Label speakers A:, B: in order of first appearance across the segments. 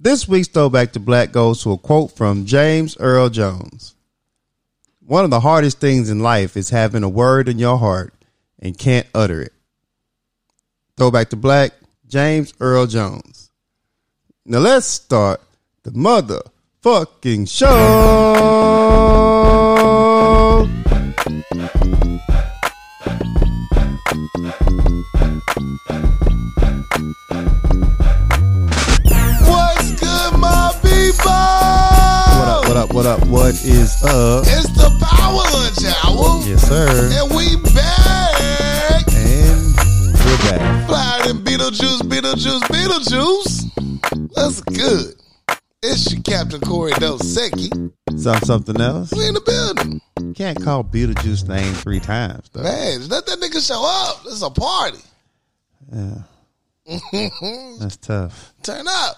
A: This week's throwback to black goes to a quote from James Earl Jones. One of the hardest things in life is having a word in your heart and can't utter it. Throwback to black, James Earl Jones. Now let's start the motherfucking show.
B: What's good, my people?
A: What up, what up, what up, what is up?
B: It's the Power Lunch Hour,
A: Yes, sir.
B: and we back.
A: And we're back.
B: Flyer than Beetlejuice, Beetlejuice, Beetlejuice. That's good. It's your Captain Corey Dosecki.
A: Some something else.
B: We in the building.
A: You can't call Beetlejuice name three times, though.
B: Man, let that nigga show up. It's a party.
A: Yeah. That's tough.
B: Turn up.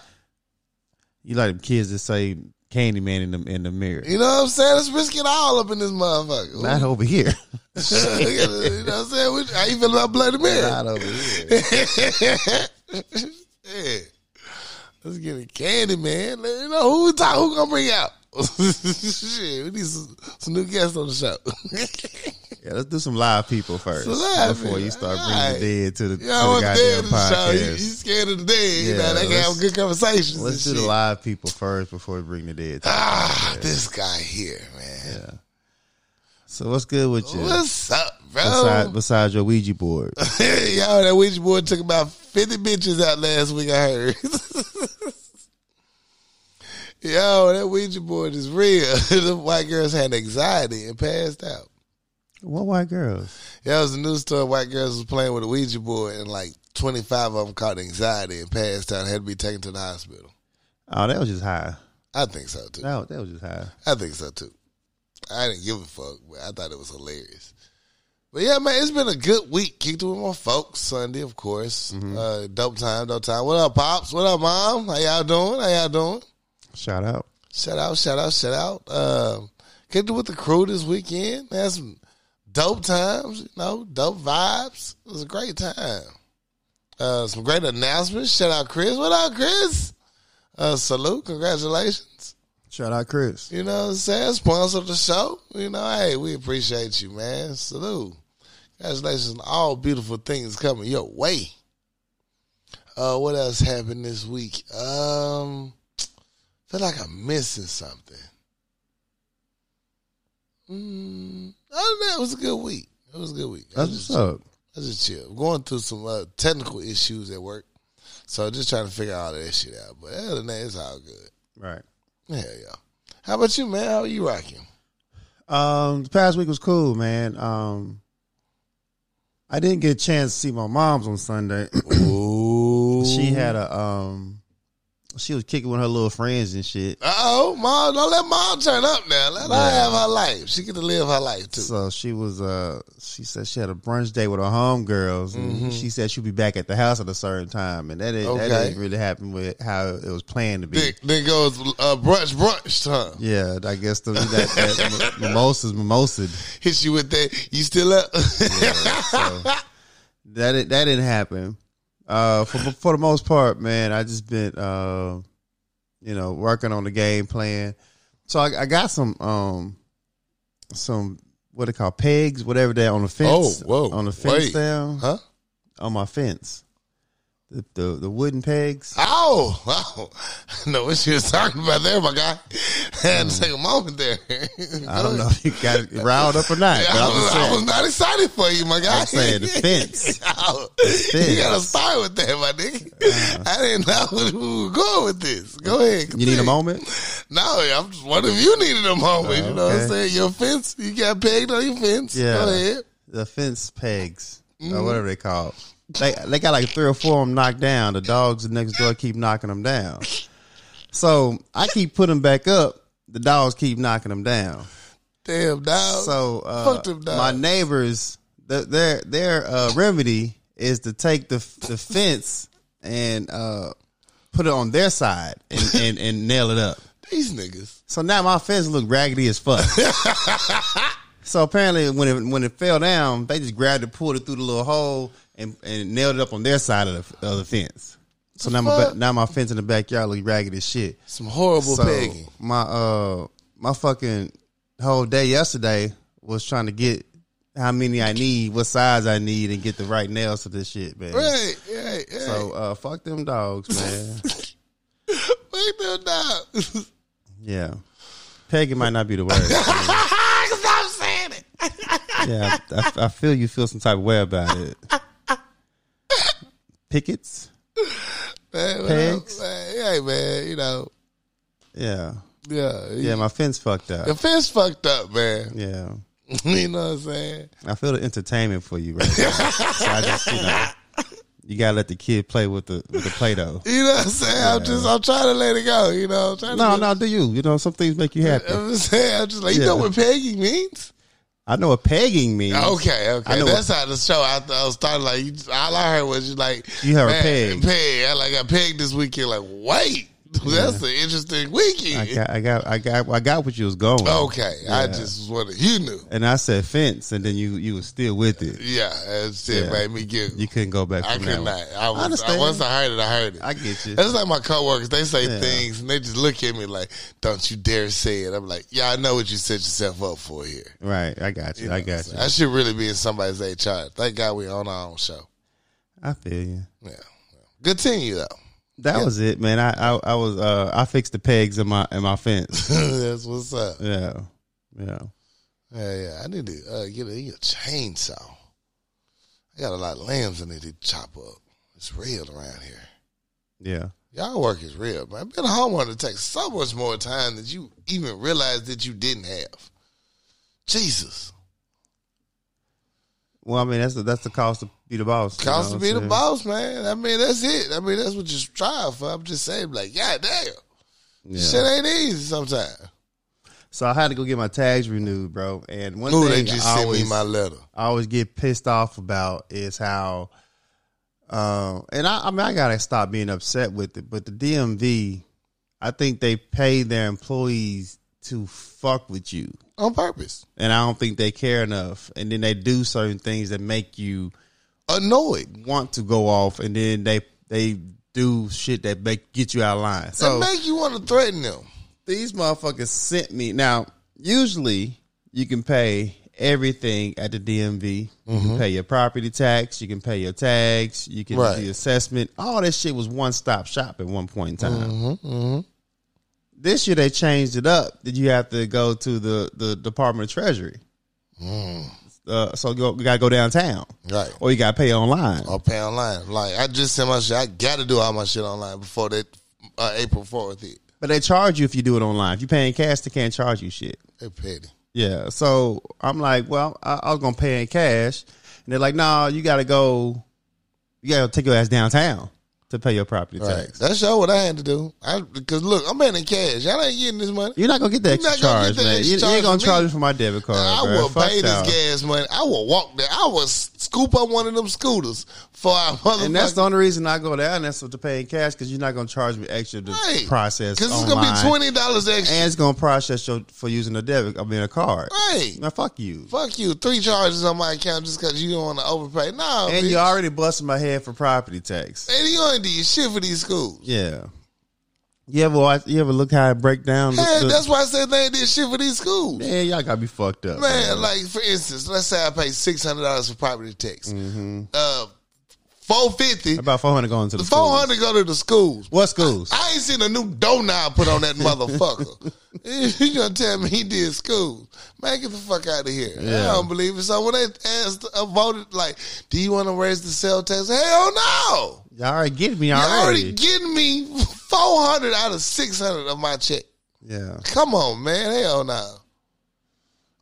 A: You like them kids that say Candyman in the in the mirror.
B: You know what I'm saying? Let's risk it all up in this motherfucker.
A: Not over here.
B: you know what I'm saying? We- How you feel about Bloody Mary?
A: over here.
B: yeah. Let's get a candy, man. Let me know who we talk, who gonna bring out. Shit, we need some, some new guests on the show.
A: Yeah, let's do some live people first
B: Some live
A: before you
B: people.
A: start bringing
B: Alright.
A: the dead to the,
B: you know,
A: to the
B: when dead
A: goddamn
B: in the show, you, you
A: podcast.
B: scared of the dead. you
A: Yeah,
B: know, they can
A: let's-
B: have good conversations.
A: Let's do
B: and
A: the
B: shit.
A: live people first before we bring the dead. To
B: Ah, this guy here, man.
A: yeah. So what's good with you?
B: What's up, bro?
A: Besides, besides your Ouija board,
B: Y'all, that Ouija board took about 50 bitches out last week, I heard. Yo, that Ouija board is real. the white girls had anxiety and passed out.
A: what white girls?
B: Yeah, it was a news story. White girls was playing with a Ouija board, and like 25 of them caught anxiety and passed out and had to be taken to the hospital.
A: Oh, that was just high.
B: I think so, too.
A: No, that was just high.
B: I think so, too. I didn't give a fuck, but I thought it was hilarious. But yeah, man, it's been a good week. Kicked it with my folks Sunday, of course. Uh, dope time, dope time. What up, pops? What up, mom? How y'all doing? How y'all doing?
A: Shout out.
B: Shout out, shout out, shout out. Um, kicked it with the crew this weekend. Had some dope times, you know, dope vibes. It was a great time. Uh, some great announcements. Shout out, Chris. What up, Chris? Uh, salute. Congratulations.
A: Shout out, Chris.
B: You know what I'm saying? Sponsor the show. You know, hey, we appreciate you, man. Salute. Congratulations on all beautiful things coming your way. Uh, what else happened this week? Um, feel like I'm missing something. Mm, other than that, it was a good week. It was a good week. I
A: That's
B: just-
A: what's up.
B: I just chill. Going through some uh, technical issues at work, so just trying to figure all that shit out. But other than that, it's all good.
A: Right.
B: Hell yeah. How about you, man? How are you rocking?
A: Um, the past week was cool, man. Um, I didn't get a chance to see my mom's on Sunday.
B: Ooh.
A: she had a um, she was kicking with her little friends and shit.
B: Uh oh, mom! Don't let mom turn up now. Let her
A: Yeah.
B: have her life. She get to live her life too.
A: So she was uh, she said she had a brunch day with her homegirls, and she said she'd be back at the house at a certain time, and that didn't, that
B: Mm-hmm. Okay.
A: didn't really happen with how it was planned to be.
B: Then, then goes uh, brunch, brunch time.
A: Yeah, I guess the, that, that m- mimosas, mimosaed.
B: Hit you with that. You still up?
A: So that di- that didn't happen. Uh, for for the most part, man, I just been uh, you know working on the game plan. So I, I got some um some what they call pegs, whatever they on the fence.
B: Oh, whoa,
A: on the fence
B: wait.
A: down
B: huh?
A: on my fence. The, the the wooden pegs.
B: Oh, oh. I know what she was talking about there, my guy. had to take a moment there.
A: Hmm. I don't know if you got it riled up or not, but
B: I
A: I'm
B: was,
A: just
B: I
A: saying.
B: was not excited for you, my guy.
A: I'm saying the fence.
B: Oh,
A: fence.
B: You gotta start with that, my nigga. I didn't know where we were going with this. Go ahead.
A: You need a
B: continue.
A: moment?
B: No, I'm just, one of you needed a moment.
A: Oh,
B: you know what
A: okay.
B: I'm saying? Your fence, you got pegged on your fence.
A: Yeah.
B: Go ahead.
A: the fence pegs or whatever they call. They they got like three or four of them knocked down. The dogs next door keep knocking them down. So I keep putting them back up. The dogs keep knocking them down.
B: Damn, dog.
A: So uh,
B: Fuck them dogs.
A: my neighbors, th- their their uh, remedy is to take the the fence and uh, put it on their side and, and, and nail it up.
B: These niggas.
A: So now my fence look raggedy as fuck. so apparently, when it when it fell down, they just grabbed it, pulled it through the little hole, and, and nailed it up on their side of the, of the fence. So now my, ba- now my fence in the backyard look ragged as shit.
B: Some horrible
A: So
B: pegging.
A: my uh my fucking whole day yesterday was trying to get how many I need, what size I need, and get the right nails for this shit, man.
B: Right, right, right.
A: So uh, fuck them dogs, man.
B: Wait till now. Cause
A: yeah, pegging might not be the word.
B: I'm saying it.
A: Yeah, I, I, I feel you feel some type of way about it. Pickets,
B: Man, what
A: Pegs.
B: else? Man, hey, man, you know,
A: yeah,
B: yeah.
A: yeah. My fence fucked
B: The
A: up.
B: fence fucked up, man.
A: Yeah,
B: you know what I'm saying?
A: I feel the entertainment for you right now. So I just you know. You gotta let the kid play with the with the play doh.
B: You know what I'm saying? I'm just, I'm trying to let it go. You know, I'm trying
A: No,
B: to.
A: no, do you? You know, some things make you happy.
B: I'm just saying, I'm just like, you
A: Yeah.
B: know what pegging means?
A: I know what pegging means.
B: Okay,
A: I
B: okay.
A: know
B: That's how the show. I, I was starting like you- all I heard was you like
A: You heard
B: "Man,
A: peg."
B: peg. I like I pegged this weekend. Like wait, that's an interesting
A: I
B: weekend.
A: got, I got, I got, I got what you was going.
B: Okay, I just was wondering. You knew,
A: And I said fence, and then you you was still with it.
B: yeah. That's it.
A: Yeah.
B: Made me giggle.
A: You couldn't go back.
B: I
A: From
B: could
A: that one.
B: not. I
A: I
B: was. I
A: understand.
B: once I heard it, I heard it.
A: I get you.
B: That's like my coworkers. They say
A: Yeah.
B: things and they just look at me like, "Don't you dare say it." I'm like, "Yeah, I know what you set yourself up for here."
A: Right. I got you. I got you.
B: I should really be in somebody's HR. Thank God we on our own show.
A: I feel you.
B: Yeah. Good team, you though.
A: That was it, man. I, I I was uh I fixed the pegs in my in my fence.
B: That's what's up.
A: Yeah. Yeah.
B: Yeah, yeah. I need to uh, get, a, get a chainsaw. I got a lot of lambs I need to chop up. It's real around here.
A: Yeah. y'all
B: Y'all work is real, man. Being a homeowner takes so much more time that you even realize that you didn't have. Jesus.
A: Well, I mean that's the that's the cost to be the boss. you
B: Cost
A: know
B: to
A: what
B: be
A: I'm
B: the
A: saying?
B: boss, man. I mean, that's it. I mean, that's what you strive for. I'm just saying, like, God damn. Shit
A: Yeah.
B: ain't easy sometimes.
A: So I had to go get my tags renewed, bro. And one
B: Ooh,
A: thing
B: they just
A: I
B: sent
A: always,
B: me my letter.
A: I always get pissed off about is how, uh, and I, I mean, I gotta stop being upset with it. But the DMV, I think they pay their employees to fuck with you,
B: On purpose.
A: and I don't think they care enough. And then they do certain things that make you
B: Annoyed.
A: want to go off, and then they they do shit that make get you out of line. So
B: That make you want to threaten them.
A: these motherfuckers sent me. Now, usually you can pay everything at the DMV. You can pay your property tax. You can pay your tags. You can
B: Right.
A: do the assessment. All that shit was one stop shop at one point in time. mm-hmm. This year they changed it up. That you have to go to the the Department of Treasury. Uh, so you go- you gotta go downtown,
B: Right.
A: or you gotta pay online.
B: I'll pay online. Like I just sent my shit. I got to do all my shit online before that uh, April fourth hit.
A: But they charge you if you do it online. If you're paying cash, they can't charge you shit.
B: They petty.
A: Yeah. So I'm like, well, I, I was gonna pay in cash, and they're like, no, you gotta go, you gotta take your ass downtown to pay your property
B: Right.
A: tax.
B: That's all what I had to do. I because look, I'm paying in cash. Y'all ain't getting this money.
A: You're not gonna get the
B: You're
A: extra
B: not gonna
A: charge,
B: get the
A: man.
B: extra
A: You, you
B: charge
A: ain't gonna
B: from
A: charge
B: me.
A: me for my debit card.
B: I
A: bruh.
B: will
A: Fuck
B: pay this
A: y'all.
B: gas money. I will walk there. I will scoop up one of them scooters for our motherfucker.
A: And that's the only reason I go down there so to pay in cash because you're not gonna charge me extra to
B: Right.
A: process
B: because it's
A: online,
B: gonna be twenty dollars extra.
A: and it's gonna process your for using a debit. I mean a card.
B: Right.
A: Now fuck you.
B: Fuck you. Three charges on my account just because you don't want to overpay. No,
A: and
B: bitch.
A: you already busting my head for property tax.
B: And you ain't did shit for these schools.
A: Yeah. You ever watch, you ever look how it break down? the-
B: Man,
A: the-
B: that's why I said they ain't did shit for these schools.
A: Man, y'all gotta be fucked up.
B: Man, like for instance, let's say I pay six hundred dollars for property tax.
A: Mm-hmm.
B: Uh, four fifty.
A: About 400 going to the,
B: Four
A: schools.
B: hundred go to the schools.
A: What schools?
B: I ain't seen a new doorknob put on that motherfucker. you gonna tell me he did schools? Man, get the fuck out of here!
A: Yeah.
B: I don't believe it. So when they asked, uh, voted like, "Do you want to raise the sale tax?" Hell no!
A: y'all already get me
B: You already
A: already.
B: getting me four hundred out of six hundred of my check.
A: yeah.
B: Come on, man. Hell no.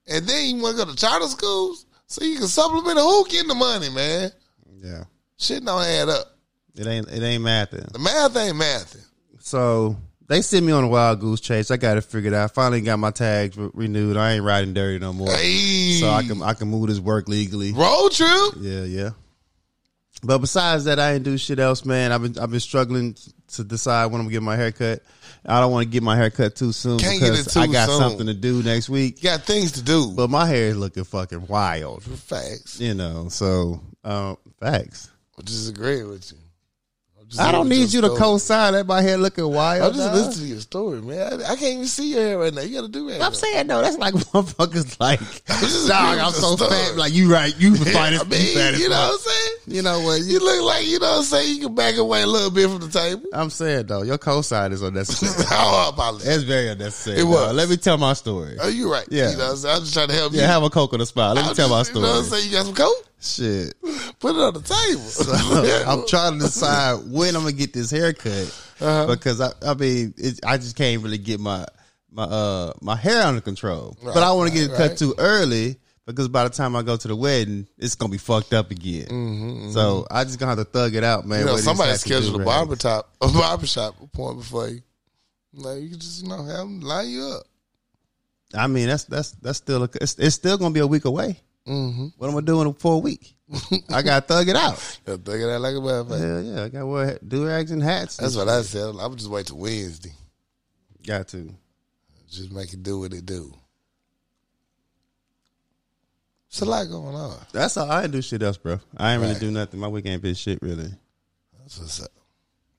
B: And then you want to go to charter schools so you can supplement a who getting the money, man.
A: Yeah.
B: Shit don't add up.
A: It ain't it ain't mathing.
B: The math ain't mathing.
A: So they sent me on a wild goose chase. I got it figured out. Finally got my tags re- renewed. I ain't riding dirty no more.
B: Hey,
A: So I can I can move this work legally.
B: road trip.
A: Yeah, yeah. But besides that, I ain't do shit else, man. I've been I've been struggling to decide when I'm gonna get my haircut. I don't want to get my haircut too soon
B: Can't get it
A: because
B: too
A: I got
B: soon.
A: something to do next week.
B: You got things to do.
A: But my hair is looking fucking wild,
B: facts.
A: you know. So um, facts.
B: I disagree with you. I'm
A: I don't
B: Listen
A: need you to
B: your story.
A: co-sign that my hair looking wild.
B: I'm just
A: dog.
B: listening to your story, man. I, I can't even see your hair right now. You got to do that.
A: I'm saying though, that's like motherfuckers like
B: just
A: dog.
B: giving
A: I'm
B: the
A: so
B: story.
A: fat. Like you right, you the finest.
B: I
A: you
B: mean,
A: fattest
B: you know
A: fuck.
B: what I'm saying?
A: you know what?
B: You look like you know what I'm saying. You can back away a little bit from the table.
A: I'm saying though, your co-sign is unnecessary.
B: How about that?
A: That's very unnecessary.
B: It
A: dog.
B: was.
A: Let me tell my story.
B: Oh, you right.
A: Yeah.
B: you know what I'm saying. I'm just trying to help
A: Yeah,
B: you.
A: have a coke on the spot. Let me
B: I'm
A: tell my
B: just- You know what I'm
A: story.
B: saying. You got some coke?
A: Shit.
B: Put it on the table.
A: I'm trying to decide when I'm gonna get this haircut
B: Uh-huh.
A: because I, I mean, it, I just can't really get my my uh my hair under control. but
B: Right,
A: I want to get it
B: right,
A: cut
B: right.
A: too early because by the time I go to the wedding, it's gonna be fucked up again. So I just gonna have to thug it out, man.
B: Mm-hmm, You know,
A: with these
B: somebody
A: happy
B: scheduled a
A: do-rags.
B: barber top, a barber shop appointment for you. Like you can just you know have them line you up.
A: I mean, that's that's that's still a, it's, it's still gonna be a week away.
B: Mm-hmm.
A: What am I doing for a week? I gotta thug it out.
B: They'll think of that like a motherfucker.
A: Hell yeah, I got wear do rags and hats.
B: That's what I said. I'm just wait till Wednesday.
A: got to.
B: Just make it do what it do. It's a lot going on.
A: That's all I didn't do shit else, bro. I ain't really
B: Right.
A: do nothing. My week ain't been shit really.
B: That's what's up.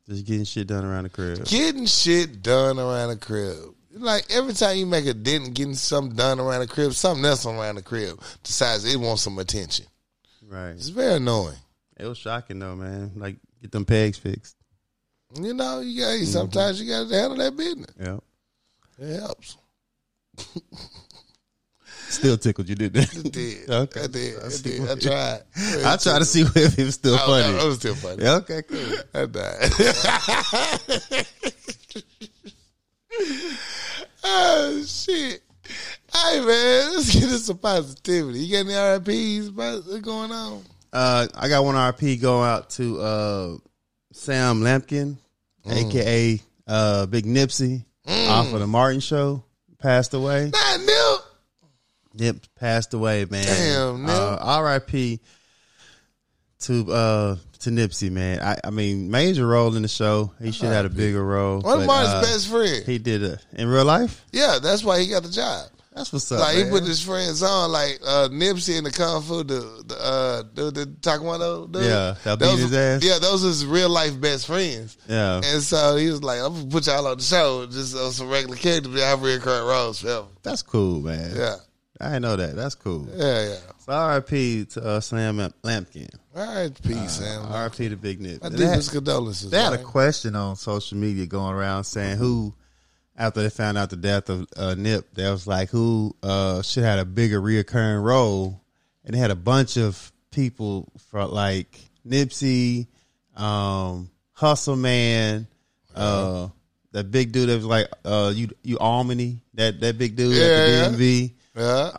A: Just getting shit done around the crib.
B: Getting shit done around the crib. Like every time you make a dent in getting something done around the crib, something else around the crib decides it wants some attention.
A: Right.
B: It's very annoying.
A: It was shocking though, man. Like get them pegs fixed.
B: You know, you got
A: Mm-hmm.
B: sometimes you got to handle that business.
A: Yeah.
B: It helps.
A: Still tickled you did
B: It
A: that.
B: did.
A: Okay.
B: I did.
A: I
B: I,
A: see
B: did. I
A: what-
B: tried.
A: I tried to see if it was still
B: I, I,
A: funny.
B: I was oh. still funny.
A: yeah, okay, cool.
B: I died. oh shit! Hey man, let's get into some positivity. You got any RIPS bro, going on?
A: Uh, I got one RP going out to uh, Sam Lampkin,
B: Mm.
A: aka uh, Big Nipsey, off of the Martin Show. Passed away.
B: Not new.
A: Nip passed away, man.
B: Damn, Nip.
A: Uh, R.I.P. to uh to Nipsey, man. I, I mean, major role in the show. He should have had a bigger role.
B: One
A: but,
B: of Martin's
A: uh,
B: best friends.
A: He did a in real life.
B: Yeah, that's why he got the job.
A: That's what's up.
B: Like
A: man.
B: he put his friends on, like uh, Nipsey and the Kung Fu, the the, uh, the, the Taekwondo. Dude.
A: Yeah, that beat
B: Those-
A: his ass. Oh.
B: Yeah, those is real life best friends.
A: yeah,
B: And so he was like, "I'm gonna put y'all on the show, just on some regular character, but y'all have recurring roles forever."
A: that's cool, man.
B: Yeah,
A: I didn't know that. That's cool.
B: yeah, yeah.
A: So R.I.P. to uh, Sam Lam- Lampkin.
B: All right,
A: Uh,
B: peace, Sam.
A: R.I.P. to Big Nip.
B: My
A: And they had-
B: deepest condolences.
A: They had a
B: man.
A: question on social media going around saying who, after they found out the death of uh, Nip, that was like who uh, should had a bigger reoccurring role, and they had a bunch of people for like Nipsey, um, Hustle Man, uh, that big dude that was like uh, you you Almany, that that big dude
B: Yeah.
A: at the DMV,
B: yeah.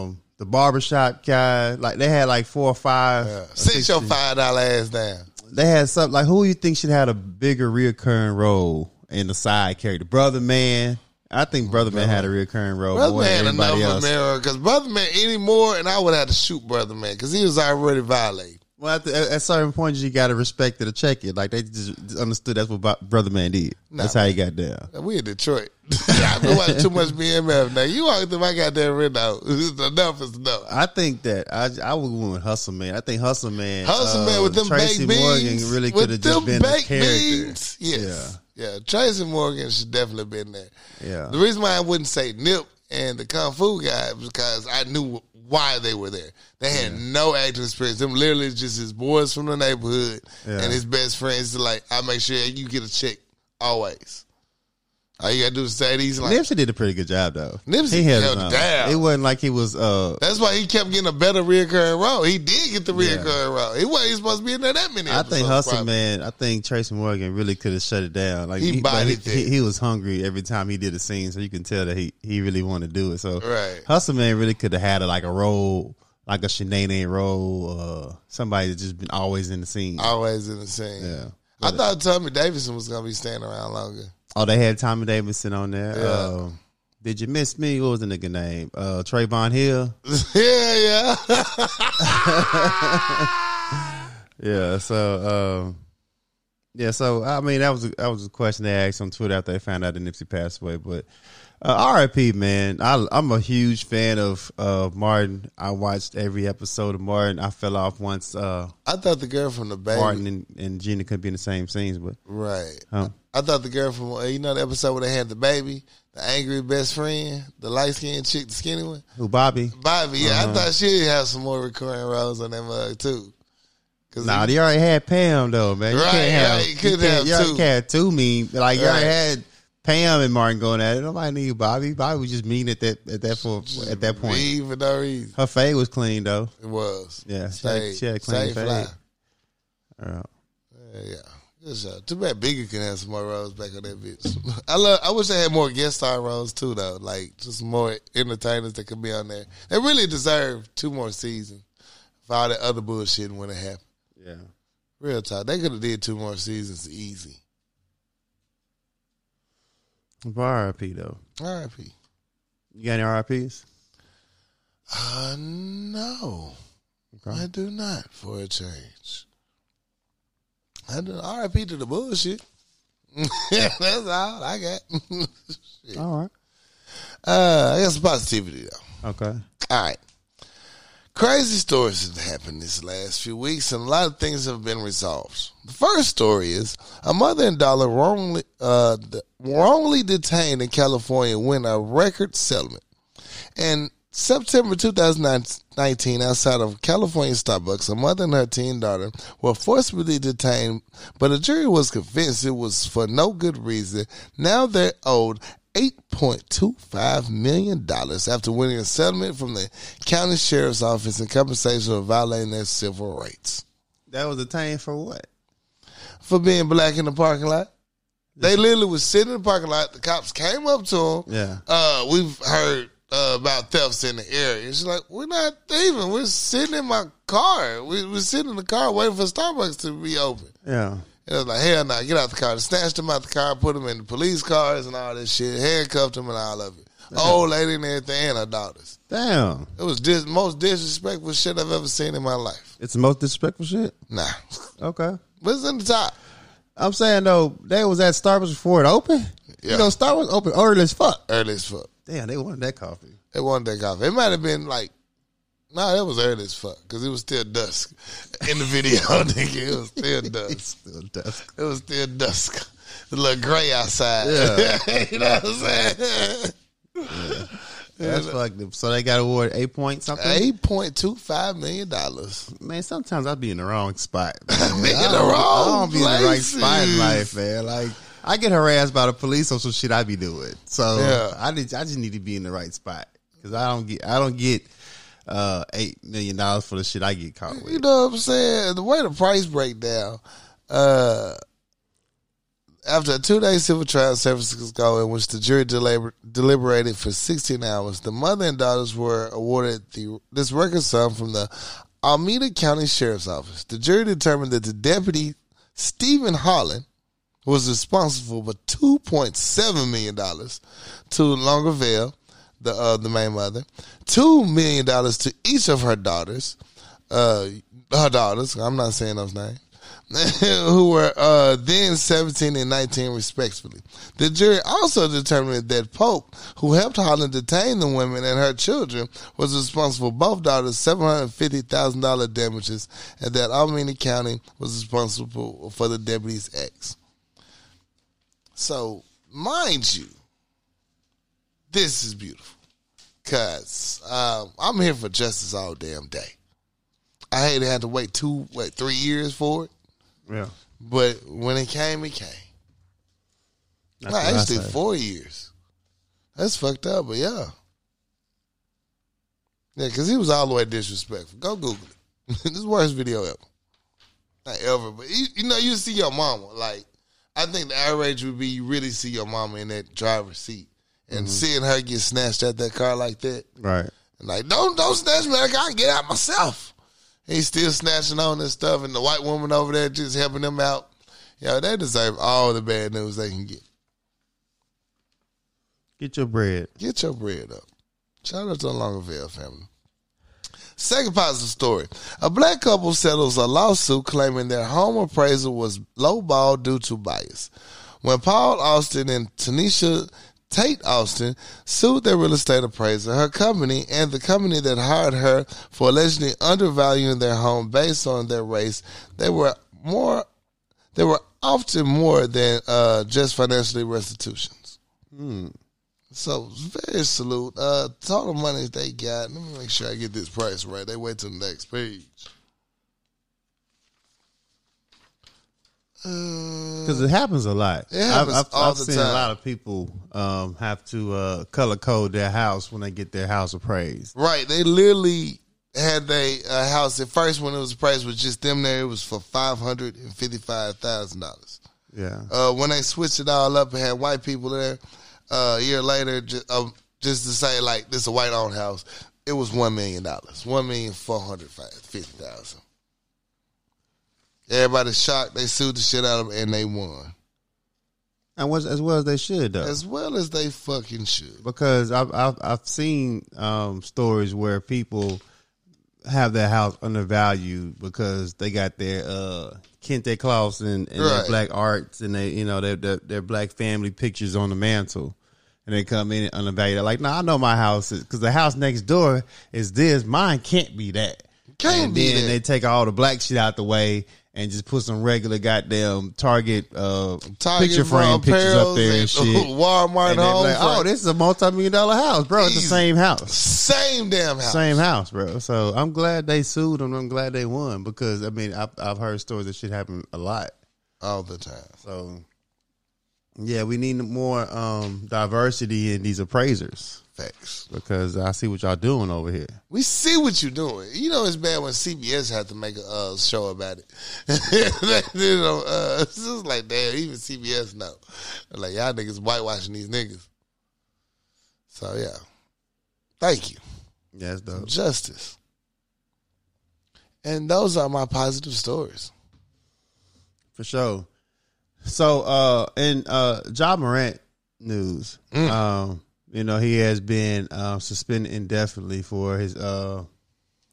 A: um, the barbershop guy, like they had like four or five.
B: yeah. Sit your five dollar ass down.
A: They had something like who you think should have a bigger reoccurring role in the side character? Brother Man. I think Brother Man had a reoccurring role
B: Brother
A: more
B: man,
A: than
B: another
A: anybody else.
B: mirror, because brother man anymore, and I would have to shoot brother man because he was already violated.
A: Well, at, the, at, at certain points, you got to respect it or check it. Like they just understood that's what Bo- Brother Man did. that's how he got down.
B: Now, We in Detroit. I've been watching too much BMF. Now you walk through my goddamn window. enough is enough.
A: I think that I I would go with Hustle Man. I think Hustle Man,
B: Hustle
A: uh,
B: man with them
A: Tracy
B: baked
A: Morgan
B: beans.
A: really
B: with
A: could have just
B: them
A: been a
B: baked
A: character.
B: beans. Yes. Yeah. Tracy Morgan should definitely been there.
A: Yeah,
B: The reason why I wouldn't say Nip and the Kung Fu guy was because I knew why they were there. They had no acting experience. Them literally just his boys from the neighborhood
A: Yeah.
B: and his best friends. Like I make sure you get a check always. All you gotta do is say these. Like
A: Nipsey did a pretty good job though.
B: Nipsey
A: he held
B: held
A: his own.
B: down.
A: It wasn't like he was uh
B: that's why he kept getting a better reoccurring role. He did get the reoccurring role. He wasn't supposed to be in there that many.
A: I think
B: episodes,
A: Hustle
B: probably.
A: Man. I think Tracy Morgan really could have shut it down. Like
B: He
A: but
B: bodied
A: he,
B: it.
A: he was hungry every time he did a scene, so you can tell that he he really wanted to do it. So
B: Right.
A: Hustle Man really could have had a, like a role, like a Shanae role, uh, somebody that's just been always in the scene.
B: always in the scene.
A: Yeah.
B: I thought Tommy Davidson was gonna be staying around longer.
A: Oh, they had Tommy Davidson on there.
B: Yeah.
A: Um, did you miss me? What was the nigga name? Uh, Trayvon Hill.
B: yeah, yeah.
A: Yeah. So um, Yeah, so I mean that was a, that was a question they asked on Twitter after they found out that Nipsey passed away. But uh, R.I.P. Man, I, I'm a huge fan of of Martin. I watched every episode of Martin. I fell off once uh,
B: I thought the girl from the baby.
A: Martin and, and Gina could be in the same scenes, but
B: Right.
A: Huh.
B: I thought the girl from uh, you know the episode where they had the baby, the angry best friend, the light skinned chick, the skinny one,
A: who Bobby?
B: Bobby. Yeah,
A: Uh-huh.
B: I thought she'd have some more recurring roles on that mug too. Cause
A: Nah, they already had Pam though, man. You
B: Right,
A: can't have,
B: right. You
A: you
B: couldn't
A: can't-
B: have
A: you already
B: two.
A: can't have two mean. Like you already
B: Right.
A: had Pam and Martin going at it. Nobody knew Bobby. Bobby was just mean at that at that for, at that point.
B: leave for no reason.
A: Her fade was clean though.
B: It was.
A: Yeah, she had,
B: Stay,
A: she had a
B: stay
A: clean fade.
B: fly.
A: All right.
B: Yeah, yeah. Good show. Too bad Bigger can have some more roles back on that bitch. I love. I wish they had more guest star roles too, though. Like just more entertainers that could be on there. They really deserve two more seasons. If all that other bullshit wouldn't have happened.
A: Yeah.
B: Real talk. They could have did two more seasons easy.
A: R.I.P. though.
B: R.I.P.
A: You got any R.I.P.s?
B: Uh, no,
A: Okay.
B: I do not. For a change, I do R.I.P. to the bullshit. That's all I got.
A: All right.
B: uh, I got some positivity though.
A: Okay.
B: All right. Crazy stories have happened this last few weeks, and a lot of things have been resolved. The first story is a mother and daughter wrongly, uh, d- wrongly detained in California win a record settlement. In September 2019, outside of California Starbucks, a mother and her teen daughter were forcibly detained, but a jury was convinced it was for no good reason. Now they're owed $8.25 million after winning a settlement from the county sheriff's office in compensation for violating their civil rights.
A: That was a time for what?
B: For being black in the parking lot. They literally was sitting in the parking lot. The cops came up to them
A: Yeah.
B: uh, we've heard uh, about thefts in the area. She's like, we're not thieving. We're sitting in my car. We, we're sitting in the car waiting for Starbucks to be open.
A: Yeah.
B: And I was like, hell no, get out the car. They snatched them out the car, put them in the police cars and all this shit, handcuffed them and all of it. Old lady and everything and her daughters.
A: Damn.
B: It was dis- most disrespectful shit I've ever seen in my life.
A: It's the most disrespectful shit.
B: Nah.
A: Okay.
B: but it's in the top.
A: I'm saying though, they was at Starbucks before it opened.
B: Yeah.
A: You know, Starbucks open early as fuck.
B: Early as fuck.
A: Damn, they wanted that coffee.
B: It wasn't that coffee. It might have been like, no, nah, it was early as fuck because it was still dusk in the video. nigga, it was still
A: It's
B: dusk.
A: still dusk.
B: It was still dusk. A little gray outside.
A: Yeah.
B: you know what I'm saying?
A: That's fucked up. So they got awarded eight point something.
B: Eight point two five million dollars.
A: Man, sometimes I be in the wrong spot. Man.
B: Be in
A: I
B: the
A: don't- I don't
B: wrong
A: be in the right
B: places.
A: spot in life, man. Like I get harassed by the police on some shit I be doing. So
B: Yeah.
A: I did, I just need to be in the right spot because I don't get I don't get uh, eight million dollars for the shit I get caught
B: You
A: with.
B: know what I'm saying? The way the price breakdown. Uh, after a two day civil trial in San Francisco, in which the jury deliber- deliberated for 16 hours, the mother and daughters were awarded the this record sum from the Alameda County Sheriff's Office. The jury determined that the deputy, Stephen Holland, was responsible for two point seven million dollars to Longerville, the uh, the main mother, two million dollars to each of her daughters, uh, her daughters. I'm not saying those names. who were uh, then 17 and 19 respectively. The jury also determined that Pope, who helped Holland detain the women and her children, was responsible for both daughters' $750,000 damages and that Albany County was responsible for the deputy's acts. So, mind you, this is beautiful. Cause um, I'm here for justice all damn day. I hate to have to wait two, wait three years for it,
A: Yeah,
B: but when it came, it came.
A: That's
B: no,
A: what I
B: actually,
A: say.
B: four years. That's fucked up, but yeah, yeah, because he was all the way disrespectful. Go Google it. this is the worst video ever, not ever, but you, you know, you see your mama. Like, I think the outrage would be you really see your mama in that driver's seat and
A: Mm-hmm.
B: seeing her get snatched at that car like that.
A: right.
B: And like, don't don't snatch me. Like, I can get out myself. He's still snatching on this stuff, and the white woman over there just helping them out. Yo, they deserve all the bad news they can get.
A: Get your bread.
B: Get your bread up. Shout out to the Longerville family. Second positive story. A black couple settles a lawsuit claiming their home appraisal was lowballed due to bias. When Paul Austin and Tanisha Tate Austin sued their real estate appraiser, her company, and the company that hired her for allegedly undervaluing their home based on their race, they were more they were often more than uh, just financially restitutions. So very salute. Uh total money they got. Let me make sure I get this price right. They wait till the next page. Uh,
A: Because it happens a lot.
B: It happens
A: I've, I've,
B: all
A: I've
B: the
A: seen
B: time.
A: a lot of people um, have to uh, color code their house when they get their house appraised.
B: right, they literally had they uh, house at first when it was priced was just them there. It was for five hundred and fifty five thousand dollars.
A: Yeah.
B: uh, when they switched it all up and had white people there, uh, a year later, just, um, just to say like this is a white owned house, it was one million dollars, one million four hundred fifty thousand. Everybody shocked. They sued the shit out of them and they won,
A: And was, as well as they should, though.
B: as well as they fucking should.
A: because I've, I've, I've seen um, stories where people have their house undervalued because they got their uh, Kente cloths and, and their
B: Right.
A: black arts and they, you know, their, their, their black family pictures on the mantle. And they come in and undervalue it. Like, no, I know my house is because the house next door is this. Mine can't be that.
B: Can't
A: and
B: be
A: then
B: that.
A: they take all the black shit out the way and just put some regular goddamn Target, uh,
B: Target
A: picture frame
B: Von
A: pictures up
B: Perils
A: there and, shit.
B: Walmart
A: And they be
B: home.
A: like, oh,
B: front.
A: this is a multi-million dollar house, bro. It's the
B: Easy.
A: same house.
B: same damn house.
A: Same house, bro. So I'm glad they sued them. I'm glad they won because I mean I've, I've heard stories that shit happen a lot.
B: all the time.
A: So yeah, we need more um, diversity in these appraisers
B: Facts.
A: because I see what y'all doing over here.
B: We see what you're doing. You know it's bad when CBS had to make a uh, show about it. they did it on, uh, it's just like damn, even CBS know. They're like y'all niggas whitewashing these niggas. So yeah, thank you,
A: Yeah, that's dope.
B: justice. And those are my positive stories.
A: For sure. So uh in uh Ja Morant news, um, you know, he has been uh, suspended indefinitely for his uh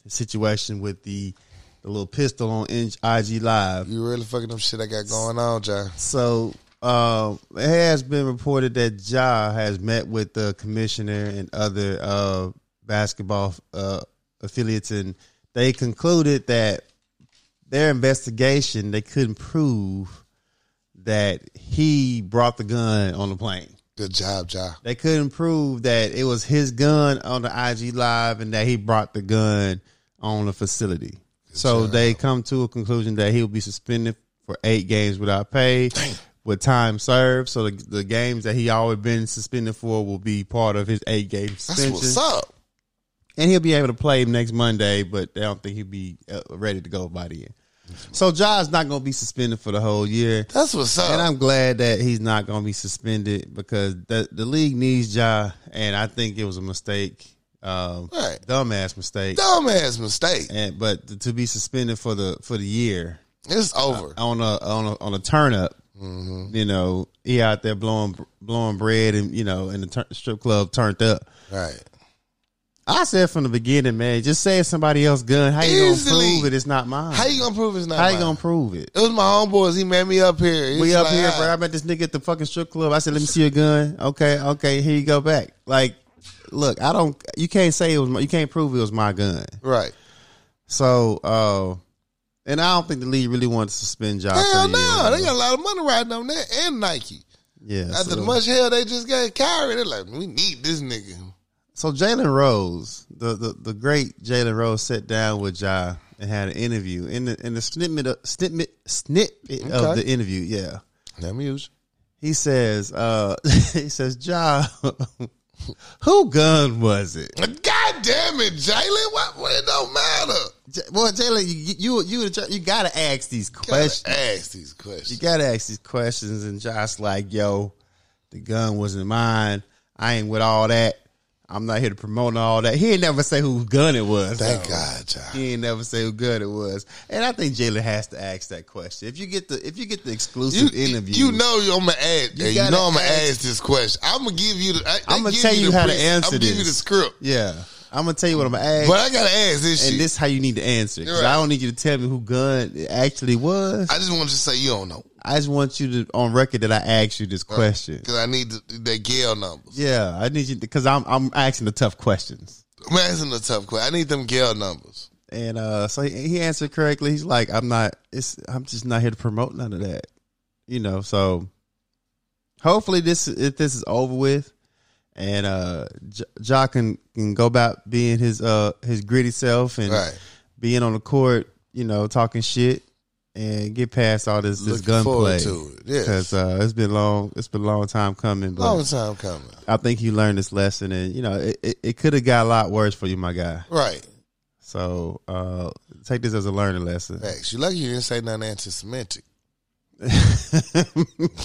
A: his situation with the the little pistol on Ing- IG Live.
B: You really fucking up shit I got going on, John.
A: So um, it has been reported that Ja has met with the commissioner and other uh, basketball uh, affiliates, and they concluded that their investigation they couldn't prove that he brought the gun on the plane.
B: Good job, John.
A: They couldn't prove that it was his gun on the IG live and that he brought the gun on the facility. so they come to a conclusion that he will be suspended for eight games without pay, with time served. So the, the games that he always been suspended for will be part of his eight game
B: That's
A: suspension,
B: what's up.
A: and he'll be able to play next Monday. But I don't think he'll be uh, ready to go by the end. So Ja's not going to be suspended for the whole year.
B: That's what's
A: And
B: up.
A: I'm glad that he's not going to be suspended because the the league needs Ja, and I think it was a mistake, um,
B: Right.
A: dumbass mistake.
B: Dumbass mistake.
A: And but to be suspended for the for the year
B: It's over.
A: on a on a on a turn up,
B: Mm-hmm.
A: you know, he out there blowing blowing bread and you know in the tur- strip club turned up.
B: Right.
A: I said from the beginning, man, just say it's somebody else's gun. How you gonna
B: Easily.
A: prove it? It's not mine.
B: How you gonna prove it's not?
A: How you
B: mine?
A: gonna prove it?
B: It was my homeboys. He made me up here. He's
A: We up
B: like,
A: here,
B: "Ah,
A: bro. I met this nigga at the fucking strip club. I said, "Let me see your gun." Okay, okay. Here you go back. Like, look, I don't. You can't say it was. My, you can't prove it was my gun.
B: Right.
A: So, uh, and I don't think the league really wanted to suspend y'all.
B: Hell no. They got a lot of money riding on that and Nike.
A: yeah.
B: After
A: so-
B: the much hell they just got Kyrie, they're like, we need this nigga.
A: So Jalen Rose, the, the the great Jalen Rose, sat down with Ja and had an interview. In the in the snippet of, snippet snippet of
B: Okay.
A: the interview, yeah.
B: That music.
A: He says, uh, he says, Ja, who gun was it?
B: God damn it, Jalen. What? What? It don't matter.
A: J- Well, Jalen, you you you, you gotta ask these
B: Gotta
A: questions.
B: ask these
A: You
B: questions.
A: gotta ask these questions. And Josh, like, yo, the gun wasn't mine. I ain't with all that. I'm not here to promote all that. He ain't never say whose gun it was.
B: Thank
A: though.
B: God, John.
A: He ain't never say who gun it was. And I think Jalen has to ask that question. If you get the if you get the
B: You,
A: exclusive interview,
B: you know I'm gonna ask. You, you
A: gotta
B: know I'm gonna
A: ask-
B: ask this question. I'm gonna give you. The, I,
A: I'ma
B: they give
A: tell you
B: the
A: how to
B: pre-
A: answer
B: I'm gonna give you the
A: this.
B: script.
A: yeah. I'm gonna tell you what I'm gonna ask,
B: But I gotta ask this
A: and
B: shit.
A: this is how you need to answer. 'cause
B: Right.
A: I don't need you to tell me who gun actually was.
B: I just want you to say you don't know
A: I just want you to on record that I asked you this question.
B: because I need the, that Gale numbers.
A: Yeah, I need you because I'm I'm asking the tough questions.
B: I'm asking a tough question. I need them Gale numbers.
A: And uh, so he, he answered correctly. He's like, I'm not. It's I'm just not here to promote none of that, you know. So hopefully this if this is over with, and uh, J- Ja can can go about being his uh his gritty self and
B: Right.
A: being on the court, you know, talking shit and get past all this this
B: Looking
A: gunplay
B: forward to it. Yes.
A: because uh, it's been long. It's been a long time coming. But
B: Long time coming.
A: I think you learned this lesson, and you know, it it, it could have got a lot worse for you, my guy.
B: Right.
A: So uh, take this as a learning lesson.
B: Facts. You lucky you didn't say nothing anti-Semitic.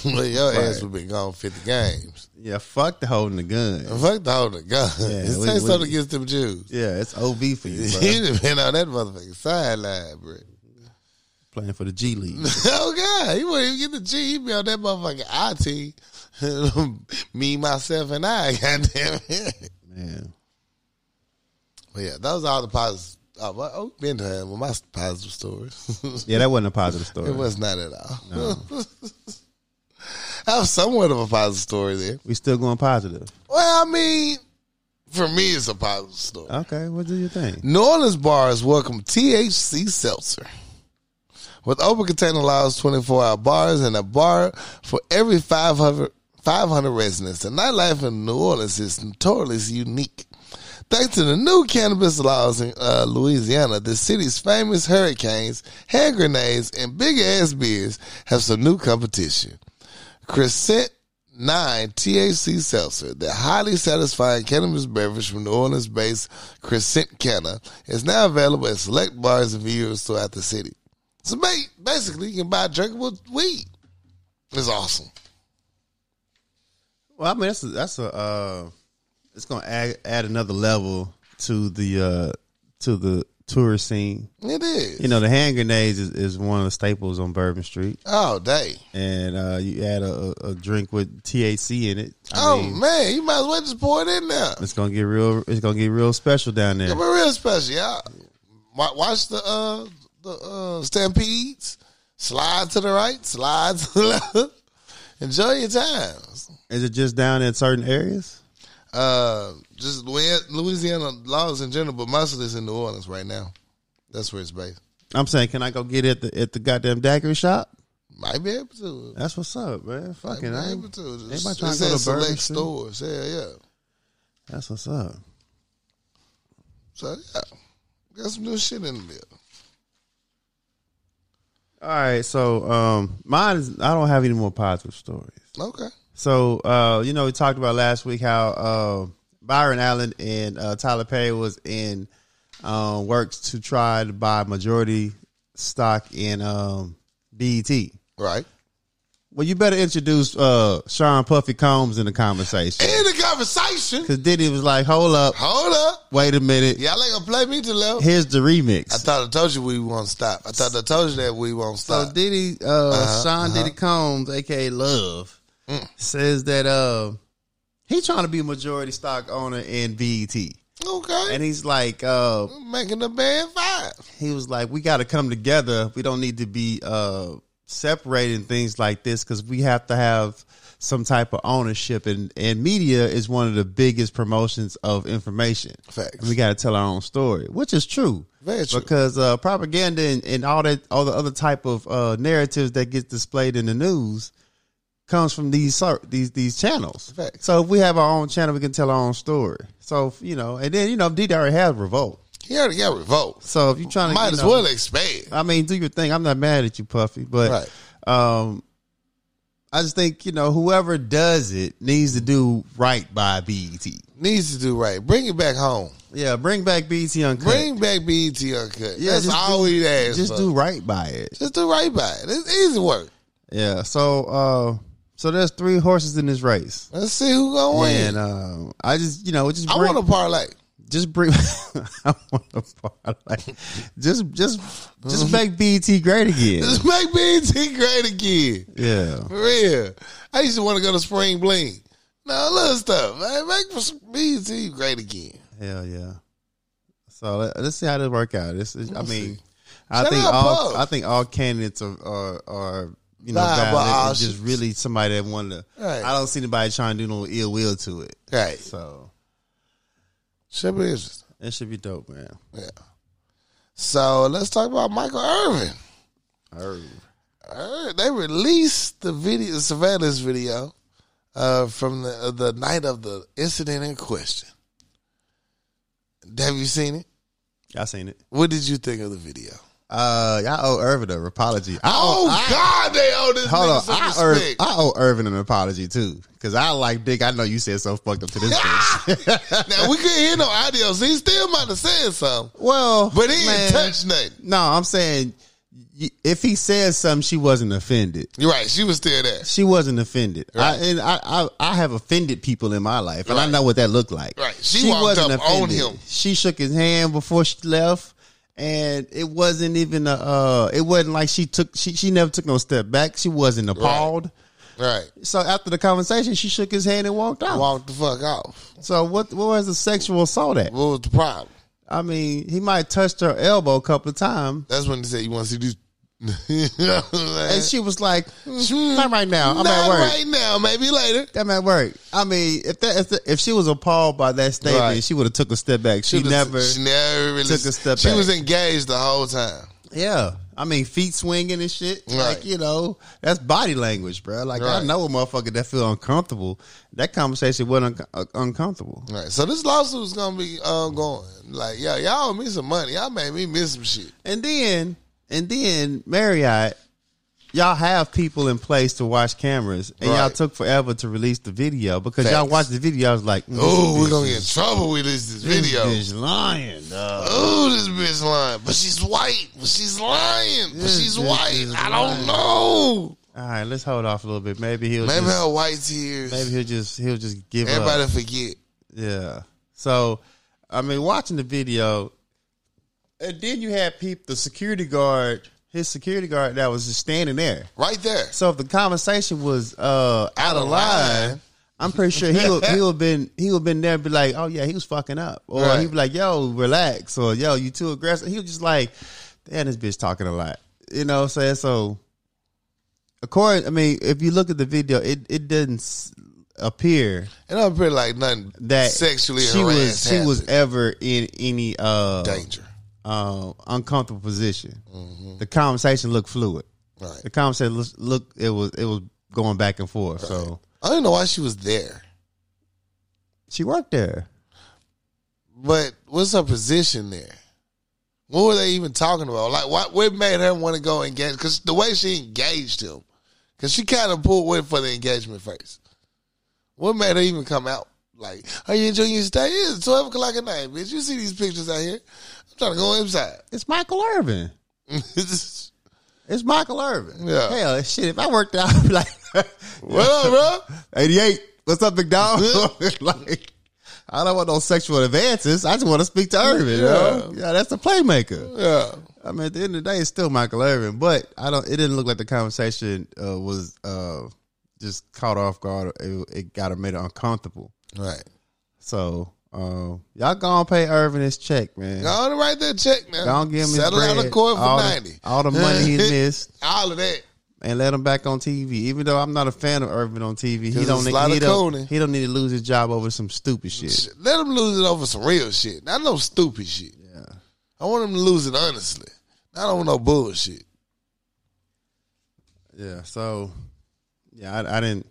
B: well, your ass would been gone fifty games.
A: yeah, fuck the holding the gun.
B: Fuck the whole of God.
A: Yeah,
B: Just
A: we-
B: say
A: we-
B: something against them Jews.
A: Yeah, it's OB for you, bro.
B: You done been on that motherfucking sideline, bro.
A: Playing for the G League.
B: oh God, he wouldn't even get the G. He be on that motherfucking IT. Me, myself, and I. Goddamn it.
A: Man.
B: But yeah, that was all the positive. Oh, well, oh been to hell with my positive stories.
A: Yeah, that wasn't a positive story.
B: it was not at all. I was somewhat of a positive story there.
A: We still going positive.
B: Well, I mean, for me, it's a positive story.
A: Okay, what do you think?
B: New Orleans bars welcome THC Seltzer. With open container allows 24 hour bars and a bar for every 500, 500 residents. The nightlife in New Orleans is notoriously unique. Thanks to the new cannabis laws in uh, Louisiana, the city's famous hurricanes, hand grenades, and big ass beers have some new competition. Crescent 9 THC Seltzer, the highly satisfying cannabis beverage from New Orleans based Crescent Canna, is now available at select bars and viewers throughout the city. So ba- basically, you can buy drinkable weed. It's awesome.
A: Well, I mean that's a, that's a uh, it's gonna add add another level to the uh, to the tourist scene.
B: It is.
A: You know, the hand grenades is, is one of the staples on Bourbon Street,
B: All day.
A: and uh, you add a, a, a drink with THC in it. I
B: oh,
A: mean,
B: man. You might as well just pour it in there.
A: It's gonna get real. It's gonna get real special down there.
B: It's real special, y'all. Wa- Watch the, uh, the uh, stampedes. Slide to the right, slide to the left. Enjoy your times.
A: Is it just down in certain areas?
B: Uh, just Louis- Louisiana laws in general, but most of this in New Orleans right now. That's where it's based.
A: I'm saying, can I go get it at the at the goddamn daiquiri shop?
B: Might be able to.
A: That's what's up, man.
B: Might
A: Fucking, I,
B: be able to. Just,
A: everybody trying
B: it's
A: to go
B: at
A: to Bourbon
B: select
A: Street?
B: stores. Yeah, yeah.
A: that's what's up.
B: So yeah, got some new shit in the building.
A: All right, so um, mine is I don't have any more positive stories.
B: Okay.
A: So uh, you know, we talked about last week how uh, Byron Allen and uh, Tyler Perry was in uh, works to try to buy majority stock in um, BET.
B: Right.
A: Well, you better introduce uh, Sean Puffy Combs in the conversation.
B: In the conversation.
A: Because Diddy was like, hold up,
B: Hold up.
A: wait a minute.
B: Y'all ain't gonna play me to left.
A: Here's the remix.
B: I thought I told you we won't stop. I thought I told you that we won't
A: so
B: stop.
A: Diddy, uh,
B: Uh-huh,
A: Sean Diddy Combs, aka Love,
B: Mm.
A: says that uh, he's trying to be majority stock owner in BET,
B: okay.
A: and he's like, uh,
B: Making the band five.
A: he was like, we got to come together. We don't need to be uh, separating things like this because we have to have some type of ownership, and and media is one of the biggest promotions of information.
B: Facts.
A: And we got to tell our own story, which is true.
B: Very true.
A: Because uh, propaganda and, and all that, all the other type of uh, narratives that gets displayed in the news comes from these ser- these these channels.
B: Facts.
A: So if we have our own channel, we can tell our own story. So you know, and then you know, D already has revolt.
B: He already got revoked.
A: So if you're trying to,
B: Might
A: you
B: as
A: know,
B: well expand.
A: I mean, do your thing. I'm not mad at you, Puffy, but um, I just think you know whoever does it needs to do right by E BET.
B: Needs to do right. Bring it back home.
A: Yeah, bring back E BET uncut.
B: Bring back BET Uncut.
A: Yeah,
B: That's
A: just
B: all we ask
A: just
B: for.
A: do right by it.
B: Just do right by it. It's easy work.
A: Yeah. So, uh, so there's three horses in this race,
B: Let's see who gonna win.
A: and uh, I just you know just
B: I
A: bring
B: want to parlay.
A: just bring I want to like just just just make BET great again.
B: Just make BET great again.
A: Yeah.
B: For real. I used to want to go to Spring Bling. No, little stuff. Man. Make for some BET great again.
A: Hell yeah. So let, us see how this work out. This is, I
B: We'll
A: mean,
B: see.
A: I
B: Shut
A: think
B: up,
A: all
B: Puff.
A: I think all candidates are are, are you know
B: Nah, but
A: valid.
B: I
A: It's
B: should-
A: just really somebody that wanted to.
B: Right.
A: I don't see anybody trying to do no ill will to it.
B: Right.
A: So
B: Should be interesting.
A: it should be dope, man.
B: Yeah. So let's talk about Michael Irvin.
A: Irv.
B: Uh, they released the video surveillance video uh, from the uh, the night of the incident in question. Have you seen it?
A: Y'all seen it?
B: What did you think of the video?
A: Uh, y'all owe Irvin an apology. I
B: Oh
A: owe,
B: God, they owe this
A: Hold on,
B: nigga
A: I,
B: some
A: Irv,
B: respect.
A: I owe Irvin an apology too, because I like Dick. I know you said so fucked up to this bitch.
B: now we couldn't hear no audio, so he still might have said something,
A: Well,
B: but he
A: man,
B: didn't touch nothing.
A: No, I'm saying y- if he said something, she wasn't offended.
B: You're right; she was still there.
A: She wasn't offended. I,
B: Right.
A: and I, I, I have offended people in my life, and I know what that looked like.
B: Right. She walked up on him.
A: She shook his hand before she left, and it wasn't even a. Uh, it wasn't like she took. She she never took no step back. She wasn't appalled.
B: Right,
A: So after the conversation, she shook his hand and walked out.
B: walked the fuck off.
A: So what? What was the sexual assault at?
B: What was the problem?
A: I mean, he might touched her elbow a couple of times,
B: That's when he said, "You want to see these?" You know what I'm saying?
A: and she was like, "Mm, "Not right now. I'm
B: Not
A: at work."
B: right now. Maybe later.
A: I'm at work. I mean, if that if, the, if she was appalled by that statement,
B: Right.
A: she would have took a step back. She
B: Should've-
A: never.
B: She never really
A: took a step
B: She
A: back.
B: was engaged the whole time.
A: yeah, I mean, feet swinging and shit. Like
B: Right.
A: you know, that's body language, bro. Like I
B: Right.
A: know a motherfucker that feel uncomfortable. That conversation wasn't un- uh, uncomfortable.
B: All right. So this lawsuit's gonna be ongoing. Like, yo, y'all owe me some money. Y'all made me miss some shit.
A: And then, and then Marriott, y'all have people in place to watch cameras, and y'all
B: Right.
A: took forever to release the video because y'all
B: Facts.
A: watched the video. I was like, mm,
B: Oh,
A: this
B: we're gonna
A: bitch
B: get in trouble with this, this
A: is-
B: video.
A: This bitch lying, dog.
B: Oh, this bitch lying. But she's white. But she's lying. But
A: This
B: she's
A: bitch
B: white.
A: is
B: I
A: lying.
B: don't know.
A: All right, let's hold off a little bit. Maybe he'll
B: Maybe
A: just,
B: her white tears.
A: Maybe he'll just he'll just give
B: Everybody
A: up.
B: forget.
A: Yeah. So, I mean, watching the video, and then you had peep the security guard, his security guard that was just standing there.
B: Right there.
A: So if the conversation was uh, out of
B: of
A: line,
B: line.
A: I'm pretty sure he would he would been he would been there and be like, oh yeah, he was fucking up, or
B: Right.
A: he'd be like, yo, relax, or yo, you too aggressive. He was just like, damn, this bitch talking a lot, you know. what I'm saying so, according, I mean, if you look at the video, it it doesn't s- appear
B: It don't appear like nothing
A: that
B: sexually
A: she
B: harassed
A: was she was
B: happened.
A: ever in any uh,
B: danger.
A: uh uncomfortable position.
B: Mm-hmm.
A: The conversation looked fluid.
B: Right.
A: The conversation look, look it was it was going back and forth. So
B: I don't know why she was there.
A: she worked there.
B: But what's her position there? What were they even talking about? Like, what what made her want to go engage? Because the way she engaged him, because she kind of pulled away for the engagement first. What made her even come out? Like, are you enjoying your stay? It's twelve o'clock at night, bitch. You see these pictures out here? I'm trying to go inside.
A: It's Michael Irvin. It's Michael Irvin.
B: Yeah.
A: Hell shit. If I worked out, I'd be like
B: well, bro,
A: eighty eight. What's up, big dog? like I don't want no sexual advances. I just want to speak to Irvin. Yeah, yeah that's the playmaker.
B: yeah,
A: I mean, at the end of the day, it's still Michael Irvin, but I don't. It didn't look like the conversation uh, was uh, just caught off guard. It, it got her made her uncomfortable.
B: right.
A: So uh, y'all gonna pay Irvin his check, man.
B: Go on and write that check now.
A: Don't give him
B: settle
A: his bread,
B: out of court for
A: all
B: ninety.
A: The, all the money he missed,
B: all of that.
A: and let him back on TV. Even though I'm not a fan of Irvin on TV, he
B: Because
A: don't
B: it's
A: need,
B: a lot
A: he,
B: of
A: don't,
B: coding.
A: he don't need to lose his job over some stupid shit.
B: Let them lose it over some real shit. Not no stupid shit.
A: Yeah.
B: I want them to lose it honestly. I don't want no bullshit.
A: Yeah. So yeah, I, I didn't.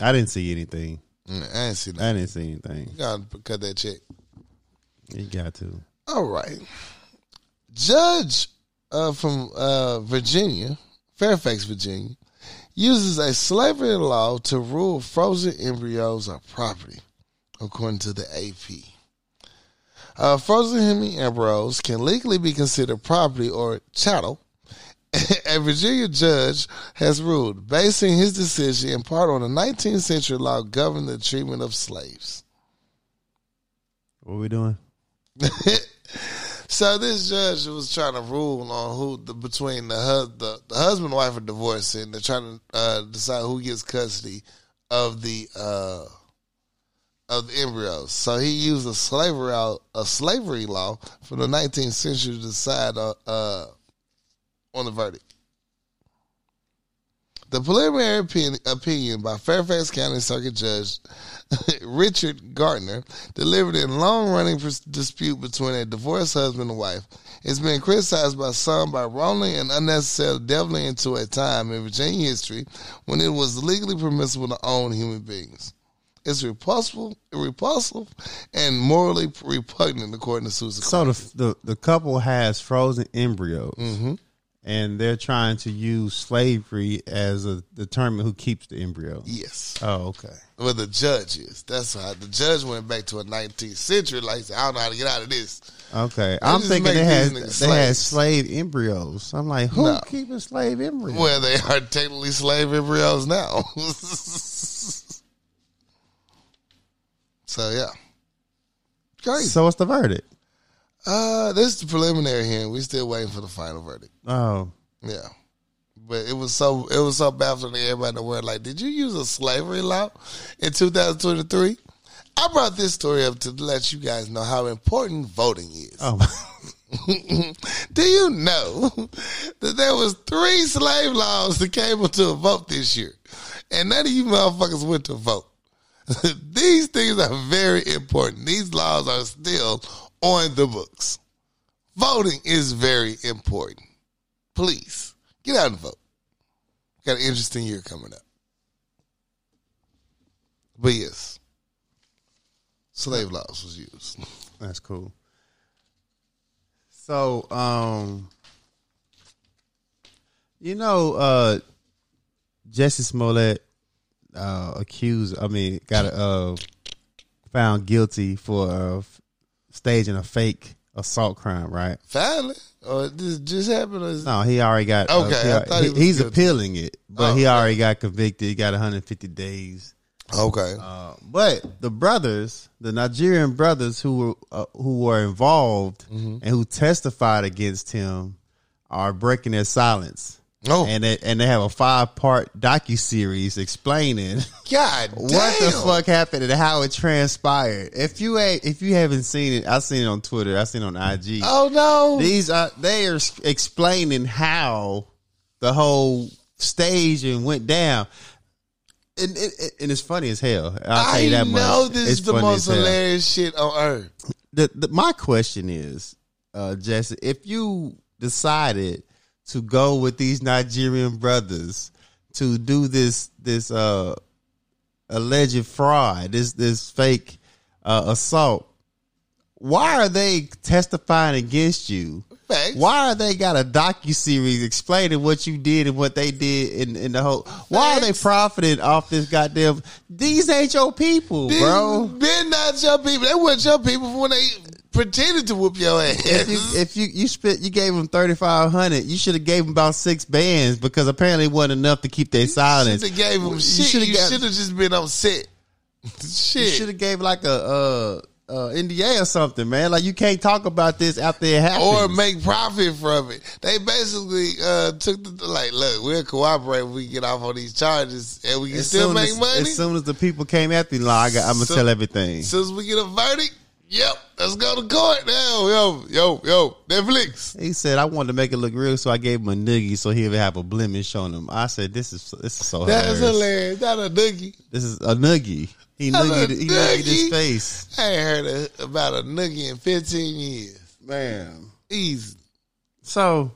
A: I didn't see anything.
B: Mm, I ain't see that.
A: I didn't see anything.
B: You gotta cut that check.
A: You got to.
B: All right. Judge uh, from uh, Virginia, Fairfax, Virginia, uses a slavery law to rule frozen embryos are property, according to the AP. Uh, frozen human embryos can legally be considered property or chattel. A Virginia judge has ruled, basing his decision in part on a 19th century law governing the treatment of slaves.
A: What we doing?
B: So this judge was trying to rule on who the, between the, hus- the the husband and wife are divorcing. They're trying to uh, decide who gets custody of the uh, of the embryos. So he used a slavery law, a slavery law from the 19th century to decide uh, uh, on the verdict. The preliminary opinion, opinion by Fairfax County Circuit Judge Richard Gardner, delivered in long-running pres- dispute between a divorced husband and wife, has been criticized by some by wrongly and unnecessarily delving into a time in Virginia history when it was legally permissible to own human beings. It's repulsive, repulsive, and morally repugnant, according to Susan.
A: So the, the the couple has frozen embryos,
B: Mm-hmm.
A: and they're trying to use slavery as a determinant who keeps the embryo.
B: yes.
A: Oh, okay.
B: Well, the judge is. That's why the judge went back to a 19th century. Like, said, I don't know how to get out of this.
A: Okay, I'm
B: just
A: thinking
B: make
A: they had they
B: these niggas
A: had
B: slaves.
A: slave embryos. I'm like, who
B: No.
A: keeping slave embryos?
B: Well, they are technically slave embryos now. so yeah, crazy.
A: So what's the verdict?
B: uh, this is the preliminary hearing. We still waiting for the final verdict.
A: Oh,
B: Yeah, but it was so it was so baffling to everybody in the world. Like, did you use a slavery law in 2023? I brought this story up to let you guys know how important voting is.
A: oh,
B: Do you know that there was three slave laws that came into a vote this year, and none of you motherfuckers went to vote? These things are very important. These laws are still on the books. Voting is very important. Please get out and vote. Got an interesting year coming up. But yes, slave laws was used.
A: that's cool. So, um, you know, uh, Jesse Smollett uh, accused. I mean, got uh, found guilty for uh, f- staging a fake assault crime, right?
B: Finally, or this just happened? Or is
A: No, he already got. uh,
B: Okay,
A: he
B: I
A: al-
B: thought he
A: he-
B: was
A: he's
B: guilty.
A: appealing it, but
B: Oh,
A: he already got convicted. He got 150 days.
B: Okay.
A: Uh, but the brothers, the Nigerian brothers who were uh, who were involved
B: Mm-hmm.
A: and who testified against him, are breaking their silence.
B: oh,
A: And they, and they have a five part docu series explaining
B: God damn.
A: what the fuck happened and how it transpired. If you ain't if you haven't seen it, I seen it on Twitter, I seen it on IG.
B: Oh no.
A: These are they are s- explaining how the whole stage and went down, and it, it- and it's funny as hell. I'll tell
B: I
A: you that much.
B: know this
A: It's
B: is the
A: funny
B: most
A: as hell.
B: hilarious shit on earth.
A: The, the, my question is, uh, Jesse, if you decided to go with these Nigerian brothers to do this this uh, alleged fraud, this this fake uh, assault, why are they testifying against you?
B: Facts.
A: Why are they got a docu series explaining what you did and what they did in, in the whole? Why are they
B: Facts.
A: profiting off this goddamn? These ain't your people,
B: These
A: bro.
B: been not your people. They weren't your people from when they pretended to whoop your
A: If you,
B: ass.
A: if you you spent you gave them thirty five hundred, you should have gave them about six bands because apparently it wasn't enough to keep their silence.
B: They gave them shit.
A: shoulda
B: You
A: got-
B: should have just been on set.
A: You
B: shit.
A: should have gave like a uh, uh, NDA or something, man. Like you can't talk about this after it happened.
B: or make profit from it. They basically uh, took the like, look, we'll cooperate if we get off on these charges and we can
A: as
B: still
A: soon
B: make
A: as,
B: money.
A: As soon as the people came after me, like, I got, I'm gonna
B: So-
A: tell everything.
B: As soon as we get a verdict, yep, let's go to court now. Yo, yo, yo, Netflix.
A: He said I wanted to make it look real, so I gave him a noogie so he would have a blemish on him. I said, "This is this is so
B: That's
A: hilarious.
B: hilarious. Not a noogie.
A: This is a noogie. He
B: That's a
A: noogied, he noogied his
B: noogie.
A: face.
B: I ain't heard a, about a noogie in 15 years.
A: Man,
B: Easy.
A: so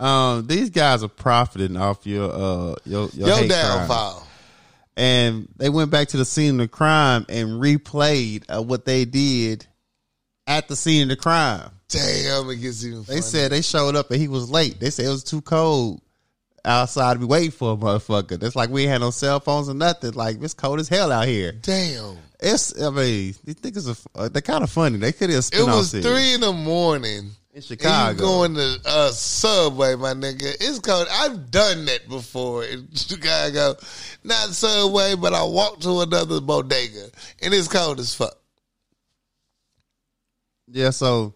A: um, these guys are profiting off your uh your your,
B: Your
A: hate crime.
B: downfall.
A: and they went back to the scene of the crime and replayed uh, what they did at the scene of the crime.
B: Damn, it gets even
A: They
B: funnier.
A: said they showed up and he was late. They said it was too cold outside to be waiting for a motherfucker. That's like we ain't had no cell phones or nothing. Like it's cold as hell out here.
B: Damn.
A: It's I mean these niggas are uh, they're kind of funny. They could have
B: It
A: spin
B: was
A: series.
B: three in the morning.
A: in
B: And you
A: Chicago.
B: going to uh, Subway, my nigga. It's cold. I've done that before in Chicago. Not Subway, but I walked to another bodega. And it's cold as fuck.
A: yeah, so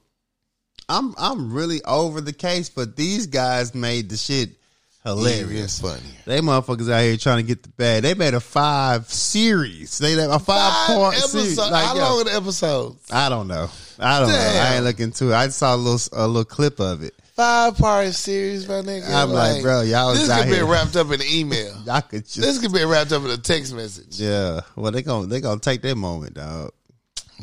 A: I'm I'm really over the case, but these guys made the shit Hilarious.
B: Even funnier.
A: They motherfuckers out here trying to get the bag. They made a five series. They made a five,
B: Five
A: part
B: episodes.
A: series. Like,
B: How
A: yo,
B: long are the episodes?
A: I don't know. I don't know. I
B: Damn.
A: ain't looking into it. I saw a little a little clip of it.
B: Five part series, my nigga.
A: I'm like, bro, y'all
B: This
A: was out
B: could be
A: here.
B: wrapped up in an email.
A: Y'all could just
B: this could be wrapped up in a text message.
A: yeah. Well, they gonna they gonna take that moment, dog.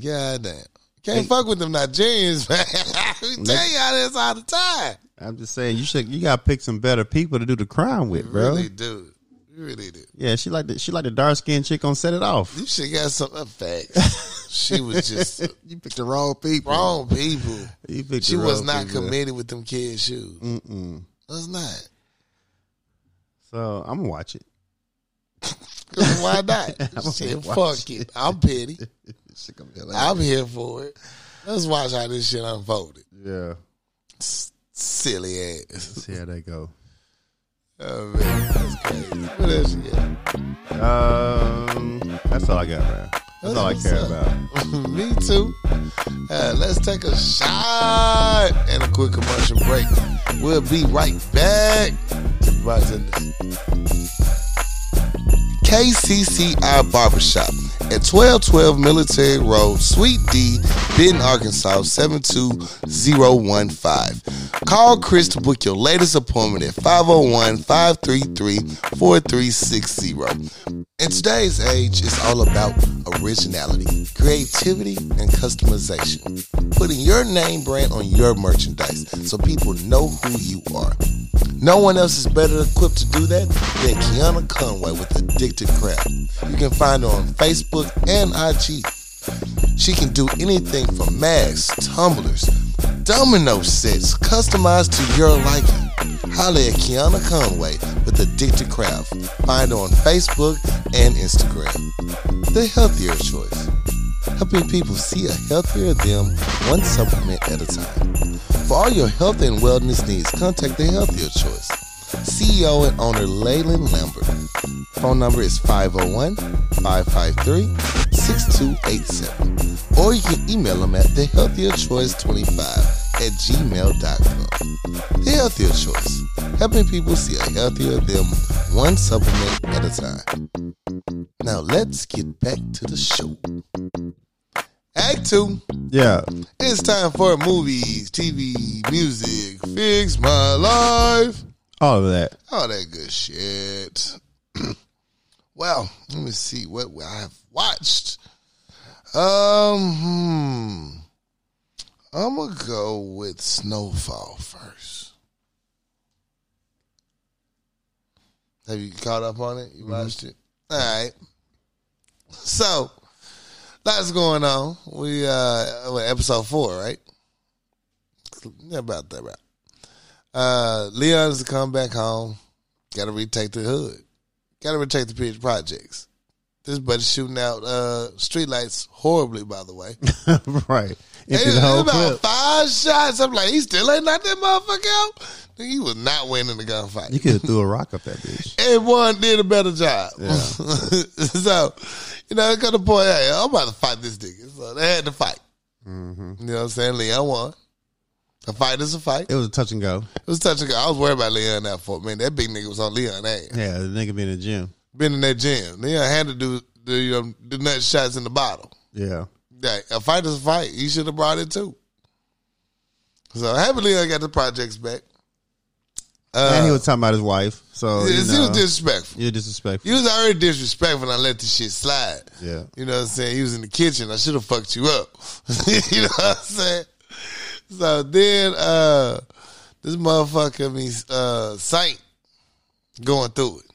B: God damn. Can't fuck with them Nigerians, man. we tell y'all this all the time.
A: I'm just saying you should you gotta pick some better people to do the crime with,
B: You
A: bro.
B: really do. You really do.
A: Yeah, she like the she like the dark skinned chick on set it off.
B: You should got some facts. she was just
A: You picked the wrong people.
B: wrong people.
A: You picked
B: She
A: the
B: was
A: wrong
B: not
A: people.
B: committed with them kids' shoes.
A: Mm-mm.
B: That's not.
A: So I'm gonna watch it.
B: 'Cause why not?
A: gonna
B: Shit,
A: watch
B: fuck it. I'm petty.
A: She gonna be like,
B: I'm here for it. Let's watch how this shit unfolded.
A: yeah.
B: S- Silly ass.
A: See how that go.
B: Oh, man. That's crazy. What else you got?
A: Um, that's all I got, man. That's all I
B: That's
A: care
B: what's up.
A: about.
B: Me too. Uh, let's take a shot and a quick commercial break. We'll be right back. Bartenders. KCCI Barbershop at 1212 Military Road, Suite D, Benton, Arkansas, 72015. Call Chris to book your latest appointment at 501 533 4360. In today's age, it's all about originality, creativity, and customization. Putting your name brand on your merchandise so people know who you are. No one else is better equipped to do that than Kiana Conway with Addicted Craft. You can find her on Facebook and IG. She can do anything from masks, tumblers, domino sets, customized to your liking. Holla at Kiana Conway with Addicted Craft. Find her on Facebook and Instagram. The healthier choice. Helping people see a healthier them one supplement at a time. For all your health and wellness needs, contact The Healthier Choice. CEO and owner Leyland Lambert. Phone number is 501 553 6287. Or you can email them at thehealthierchoice25 at gmail.com. The Healthier Choice, helping people see a healthier them one supplement at a time. Now let's get back to the show. Act 2.
A: Yeah.
B: It's time for movies, TV, music, fix my life
A: All of that.
B: all that good shit. well, let me see what I have watched. Um, hmm. I'm gonna go with Snowfall first. Have you caught up on it? You watched it? All right. So, lots going on. We uh, well, episode four, right? Yeah, about that, right? uh, Leon's to come back home. Got to retake the hood. Got to retake the Peter projects. This buddy shooting out uh, streetlights horribly, by the way.
A: right.
B: It
A: Into
B: was
A: the whole
B: about
A: clip.
B: five shots. I'm like, he still ain't knocked that motherfucker out. Nigga, He was not winning the gunfight.
A: You could have threw a rock up that bitch.
B: Everyone did a better job.
A: Yeah.
B: so, you know, it got to the point, hey, I'm about to fight this nigga. So they had to fight.
A: Mm-hmm.
B: You know what I'm saying? Leon won. A fight is a fight.
A: It was a touch and go.
B: It was touch and go. I was worried about Leon that for man. That big nigga was on Leon ass.
A: Yeah, the nigga be in the gym.
B: been in that gym. Leon had to do do, you know, do nut shots in the bottle.
A: Yeah.
B: Like, a fight is a fight. You should have brought it too. So happy Leon got the projects back. Uh,
A: and he was talking about his wife. So
B: he
A: you
B: was
A: know,
B: disrespectful.
A: you're disrespectful.
B: He was already disrespectful. And I let this shit slide.
A: yeah.
B: You know what I'm saying? He was in the kitchen. I should have fucked you up. you know what I'm saying? So then uh this motherfucker me uh Saint going through it.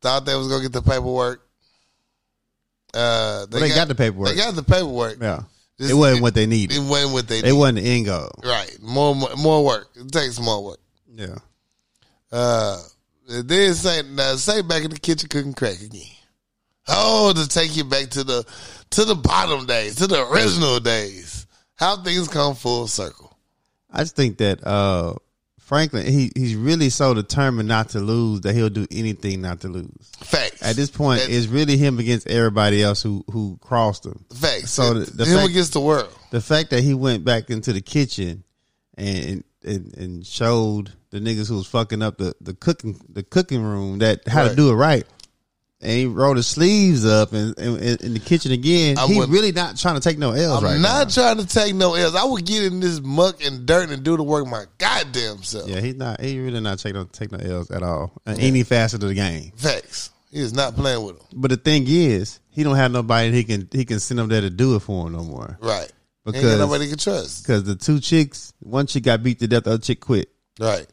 B: Thought they was gonna get the paperwork. Uh
A: But they got, the paperwork.
B: they got the paperwork.
A: yeah.
B: This-
A: it wasn't what they needed.
B: it
A: It,
B: wasn't what they
A: wasn't the end goal.
B: right. More, more more work. It takes more work.
A: Yeah.
B: Uh, then Saint now Saint back in the kitchen cooking crack again. Oh, to take you back to the to the bottom days, to the original days. How things come full circle.
A: I just think that uh Franklin, he he's really so determined not to lose that he'll do anything not to lose.
B: Facts.
A: At this point,
B: That-
A: it's really him against everybody else who who crossed him.
B: facts.
A: so
B: So
A: the- the
B: him
A: fact-
B: against the world.
A: the fact that he went back into the kitchen and and, and showed the niggas who was fucking up the, the cooking the cooking room that how to
B: Right.
A: do it right. And he rolled his sleeves up and, and, and in the kitchen again.
B: I
A: he
B: wouldn't-
A: really not trying to take no L's
B: I'm
A: right now.
B: not trying to take no L's. I would get in this muck and dirt and do the work my goddamn self.
A: Yeah, he's not. He really not taking no, take no L's at all in any facet of the game.
B: Facts. He is not playing with them.
A: But the thing is, he don't have nobody he can he can send him there to do it for him no more.
B: Right. Because Ain't
A: Because-
B: got nobody he can trust.
A: Because the two chicks, one chick got beat to death, the other chick quit.
B: Right.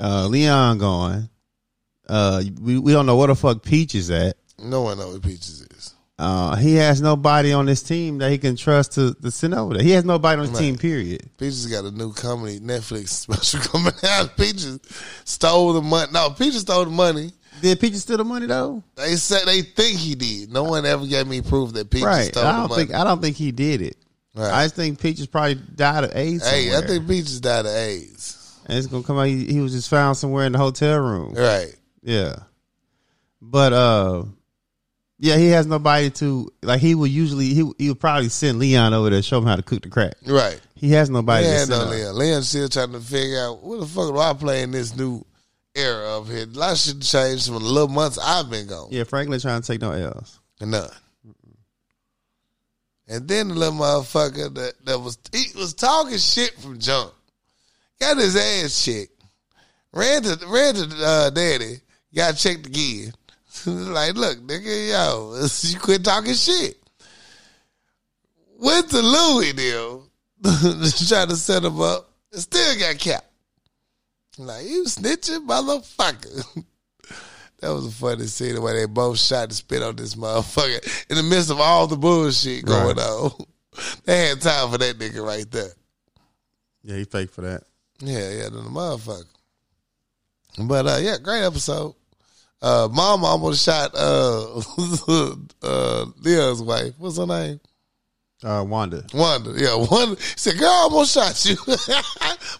A: Uh, Leon gone. Uh, we we don't know where the fuck Peach is at.
B: No one knows what Peaches is.
A: Uh, he has nobody on his team that he can trust to, to send over there. He has nobody on his team. Period.
B: Peaches got a new comedy Netflix special coming out. Peaches stole the money. No, Peaches stole the money.
A: Did Peach steal the money though?
B: They said they think he did. No one ever gave me proof that Peaches
A: right.
B: stole
A: I
B: the
A: don't
B: money.
A: think I don't think he did it.
B: Right.
A: I just think Peaches probably died of AIDS.
B: hey, I
A: somewhere.
B: think Peaches died of AIDS.
A: And it's gonna come out. He, he was just found somewhere in the hotel room.
B: Right.
A: Yeah, but uh, yeah, he has nobody to like. He will usually he he would probably send Leon over there to show him how to cook the crack.
B: Right.
A: He has nobody. to
B: Yeah,
A: send
B: no,
A: out.
B: Leon. Leon's still trying to figure out what the fuck do I play in this new era of here. A lot of shit changed from the little months I've been gone.
A: Yeah, Franklin trying to take no L's.
B: None. And then the little motherfucker that, that was he was talking shit from jump. Got his ass checked. Ran to ran to uh, daddy. Got checked again. like, look, nigga, yo, you quit talking shit. Went to Louis deal. trying to set him up. And still got capped. Like, you snitching motherfucker. That was a funny scene the way they both shot and spit on this motherfucker in the midst of all the bullshit going
A: Right.
B: on. they had time for that nigga right there.
A: Yeah, he faked for that.
B: Yeah, yeah, than the motherfucker. But uh, yeah, great episode. Uh, Mama almost shot uh, uh, Leo's wife. What's her name?
A: Uh, Wanda.
B: Wanda. Yeah, Wanda. She said, "Girl, I almost shot you."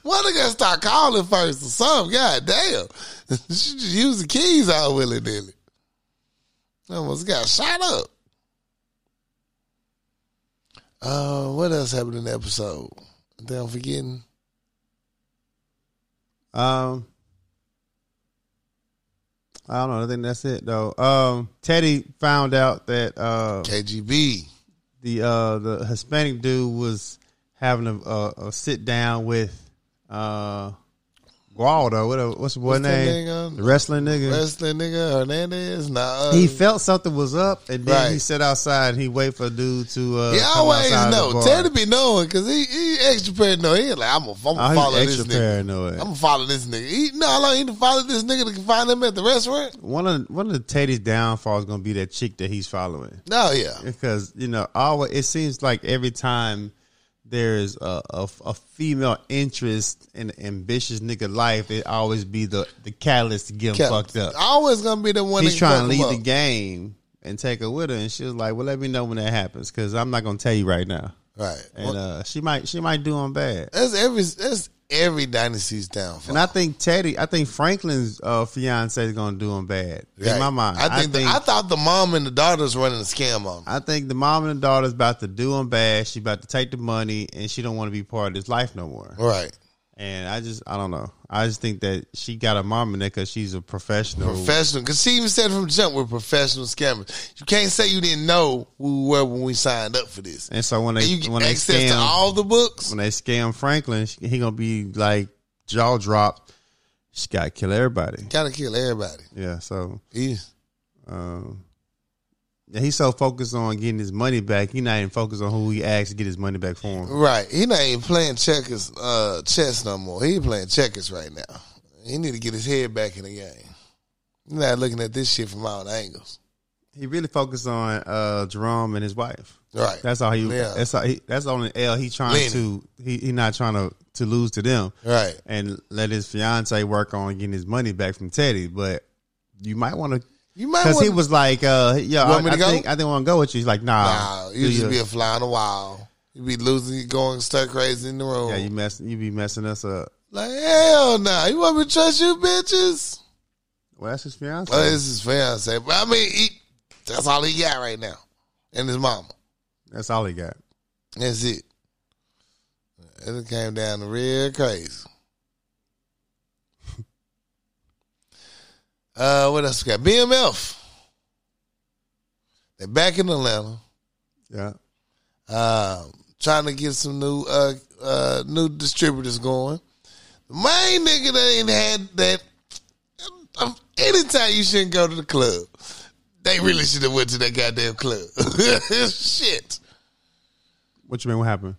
B: Wanda got to start calling first or something. God damn, she just used the keys all willy nilly. Almost got shot up. Uh, what else happened in the episode? I think I'm forgetting.
A: Um, I don't know. I think that's it though. Um, Teddy found out that uh
B: KGB.
A: the uh the Hispanic dude was having a a, a sit down with uh Waldo. What a, what's the boy
B: What's that
A: name?
B: nigga?
A: The wrestling nigga.
B: wrestling nigga Hernandez. Nah, uh,
A: he felt something was up, and then he
B: Right.
A: sat outside. and He waited for a dude to. Uh,
B: he
A: come
B: always
A: outside the
B: know.
A: bar.
B: Teddy be knowing because he, he extra paranoid. He like I'm gonna I'm
A: Oh,
B: gonna
A: he's
B: follow this
A: extra
B: nigga.
A: paranoid.
B: I'm gonna follow this nigga. He, no, I don't even follow this nigga to find him at the restaurant.
A: one of one of the Teddy's downfalls gonna be that chick that he's following.
B: No, yeah,
A: because you know always it seems like every time there's a, a, a female interest in an ambitious nigga life it always be the the catalyst to get him fucked up
B: Always gonna be the one.
A: he's
B: that
A: trying to
B: fuck
A: leave
B: him
A: the
B: up.
A: game and take her with her and she was like well let me know when that happens because i'm not gonna tell you right now
B: Right.
A: and
B: Well,
A: uh she might she might do him bad
B: that's every that's every dynasty's downfall.
A: and I think Teddy, I think Franklin's uh, fiance is gonna do him bad in
B: Right.
A: my mind.
B: I think, the- I thought the mom and the daughter's running a scam on. him.
A: I think the mom and the daughter's about to do him bad. She about to take the money, and she don't want to be part of this life no more.
B: Right.
A: And I just, I don't know. I just think that she got a mom in there because she's a professional.
B: Professional, because she even said from jump, we're professional scammers. You can't say you didn't know who we were when we signed up for this.
A: and so when they
B: And you get
A: when they
B: access to
A: scam
B: all the books.
A: when they scam Franklin, she- he gonna be like jaw dropped. She got to kill everybody.
B: Gotta kill everybody.
A: Yeah. So
B: He-
A: um, yeah, he's so focused on getting his money back, he not even focused on who he asked to get his money back for him.
B: right. He not even playing checkers, uh, chess no more. He playing checkers right now. He need to get his head back in the game. He's not looking at this shit from all angles.
A: He really focused on uh, Jerome and his wife.
B: Right.
A: That's all he.
B: Yeah.
A: That's all he, That's the only L he trying
B: Lenny.
A: to. He, he not trying to to lose to them
B: right.
A: and let his fiance work on getting his money back from Teddy. But you might want to
B: You might
A: because
B: want
A: he was like, uh, "Yo, I,
B: want me
A: I
B: to go?
A: think I didn't want to go with you." He's like, "Nah,
B: Nah, you
A: do
B: just
A: your-
B: be a fly on the wall. You be losing, you going stuck crazy in the room.
A: yeah, you mess, you be messing us up."
B: like hell nah. You want me to trust you, bitches?
A: Well, that's his fiance.
B: Oh, this is fiance, but I mean, he, that's all he got right now, and his mama.
A: that's all he got.
B: That's it. It came down real crazy. Uh, what else we got? BMF. They're back in Atlanta.
A: Yeah.
B: Uh, trying to get some new uh, uh, new distributors going. The main nigga that ain't had that. Um, anytime you shouldn't go to the club, they really should have went to that goddamn club. Shit.
A: What you mean? What happened?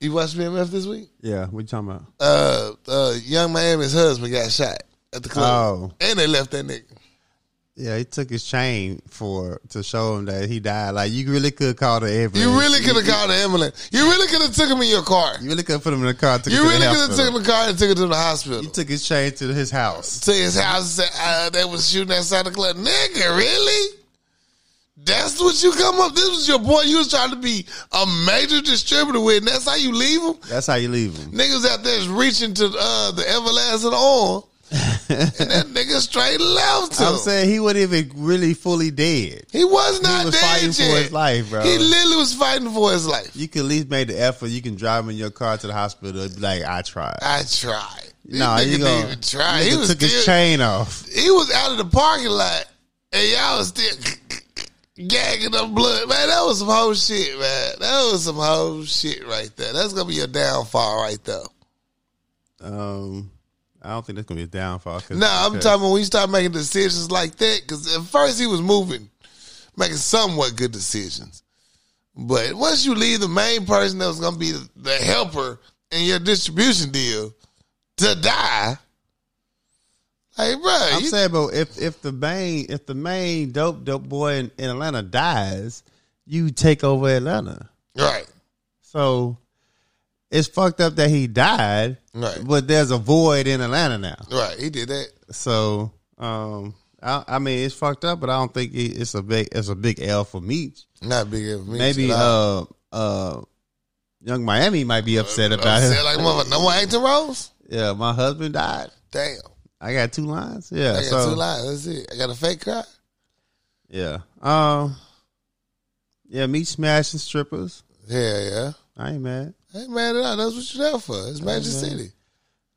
B: You watched BMF this week?
A: Yeah. What you talking about?
B: Uh, uh, young Miami's husband got shot at the club,
A: Oh.
B: and they left that nigga.
A: Yeah, he took his chain for to show him that he died. Like you really could call the ambulance.
B: You really could have called the ambulance. You really could have took him in your car.
A: You really could have put him in the car. Took
B: You
A: him to
B: really
A: the
B: could have
A: hospital.
B: took him in the car and took him to the hospital.
A: He took his chain to his house.
B: to his house and said, uh, they was shooting outside the club. Nigga, really? That's what you come up. This was your boy. You was trying to be a major distributor with, and that's how you leave him.
A: That's how you leave him.
B: Niggas out there is reaching to uh, the everlasting arm, and that nigga straight left him.
A: I'm saying he wasn't even really fully dead.
B: he was not
A: was
B: dead
A: fighting for
B: yet.
A: his life, bro.
B: He literally was fighting for his life.
A: You could at least make the effort. You can drive him in your car to the hospital. and Be like, I tried.
B: I tried. Ah, This
A: nah,
B: nigga
A: he
B: didn't
A: gonna,
B: even try.
A: nigga
B: He was
A: took his
B: still,
A: chain off.
B: he was out of the parking lot, and y'all was still gagging up blood. Man, that was some whole shit, man. That was some whole shit right there. That's gonna be your downfall right there.
A: Um, I don't think that's gonna be a downfall.
B: No, I'm talking about when you start making decisions like that. Because at first he was moving, making somewhat good decisions, but once you leave the main person that was gonna be the helper in your distribution deal to die, like bro,
A: I'm
B: you
A: saying, but if if the main if the main dope dope boy in, in Atlanta dies, you take over Atlanta.
B: right,
A: So it's fucked up that he died,
B: Right.
A: But there's a void in Atlanta now.
B: right. He did that.
A: So um, I, I mean, it's fucked up, but I don't think it, it's a big it's a big L for Meach.
B: Not big of me.
A: Maybe
B: shit, I-
A: uh uh, Young Miami might be upset about
B: Upset
A: it.
B: like mother. No more acting roles.
A: yeah, my husband died.
B: Damn,
A: I got two lines. Yeah,
B: I got
A: so-
B: two lines. That's it. I got a fake cry.
A: Yeah. Um. Yeah, me smashing strippers.
B: Yeah, yeah.
A: I ain't mad.
B: I ain't mad at all. That's what you're there for. It's Magic
A: man.
B: City,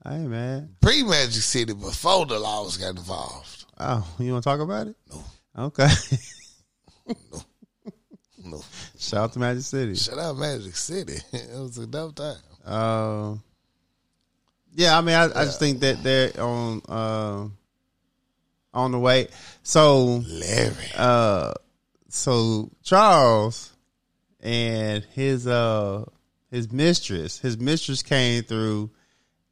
A: I ain't mad.
B: pre Magic City, before the laws got involved.
A: Oh, you want to talk about it? No. Okay.
B: No,
A: Shout out to Magic City.
B: shut up, Magic City. it was a dope time.
A: Um. Yeah, I mean, I, I just think that they're on uh, on the way. So,
B: Larry,
A: uh, so Charles and his uh his mistress, his mistress came through,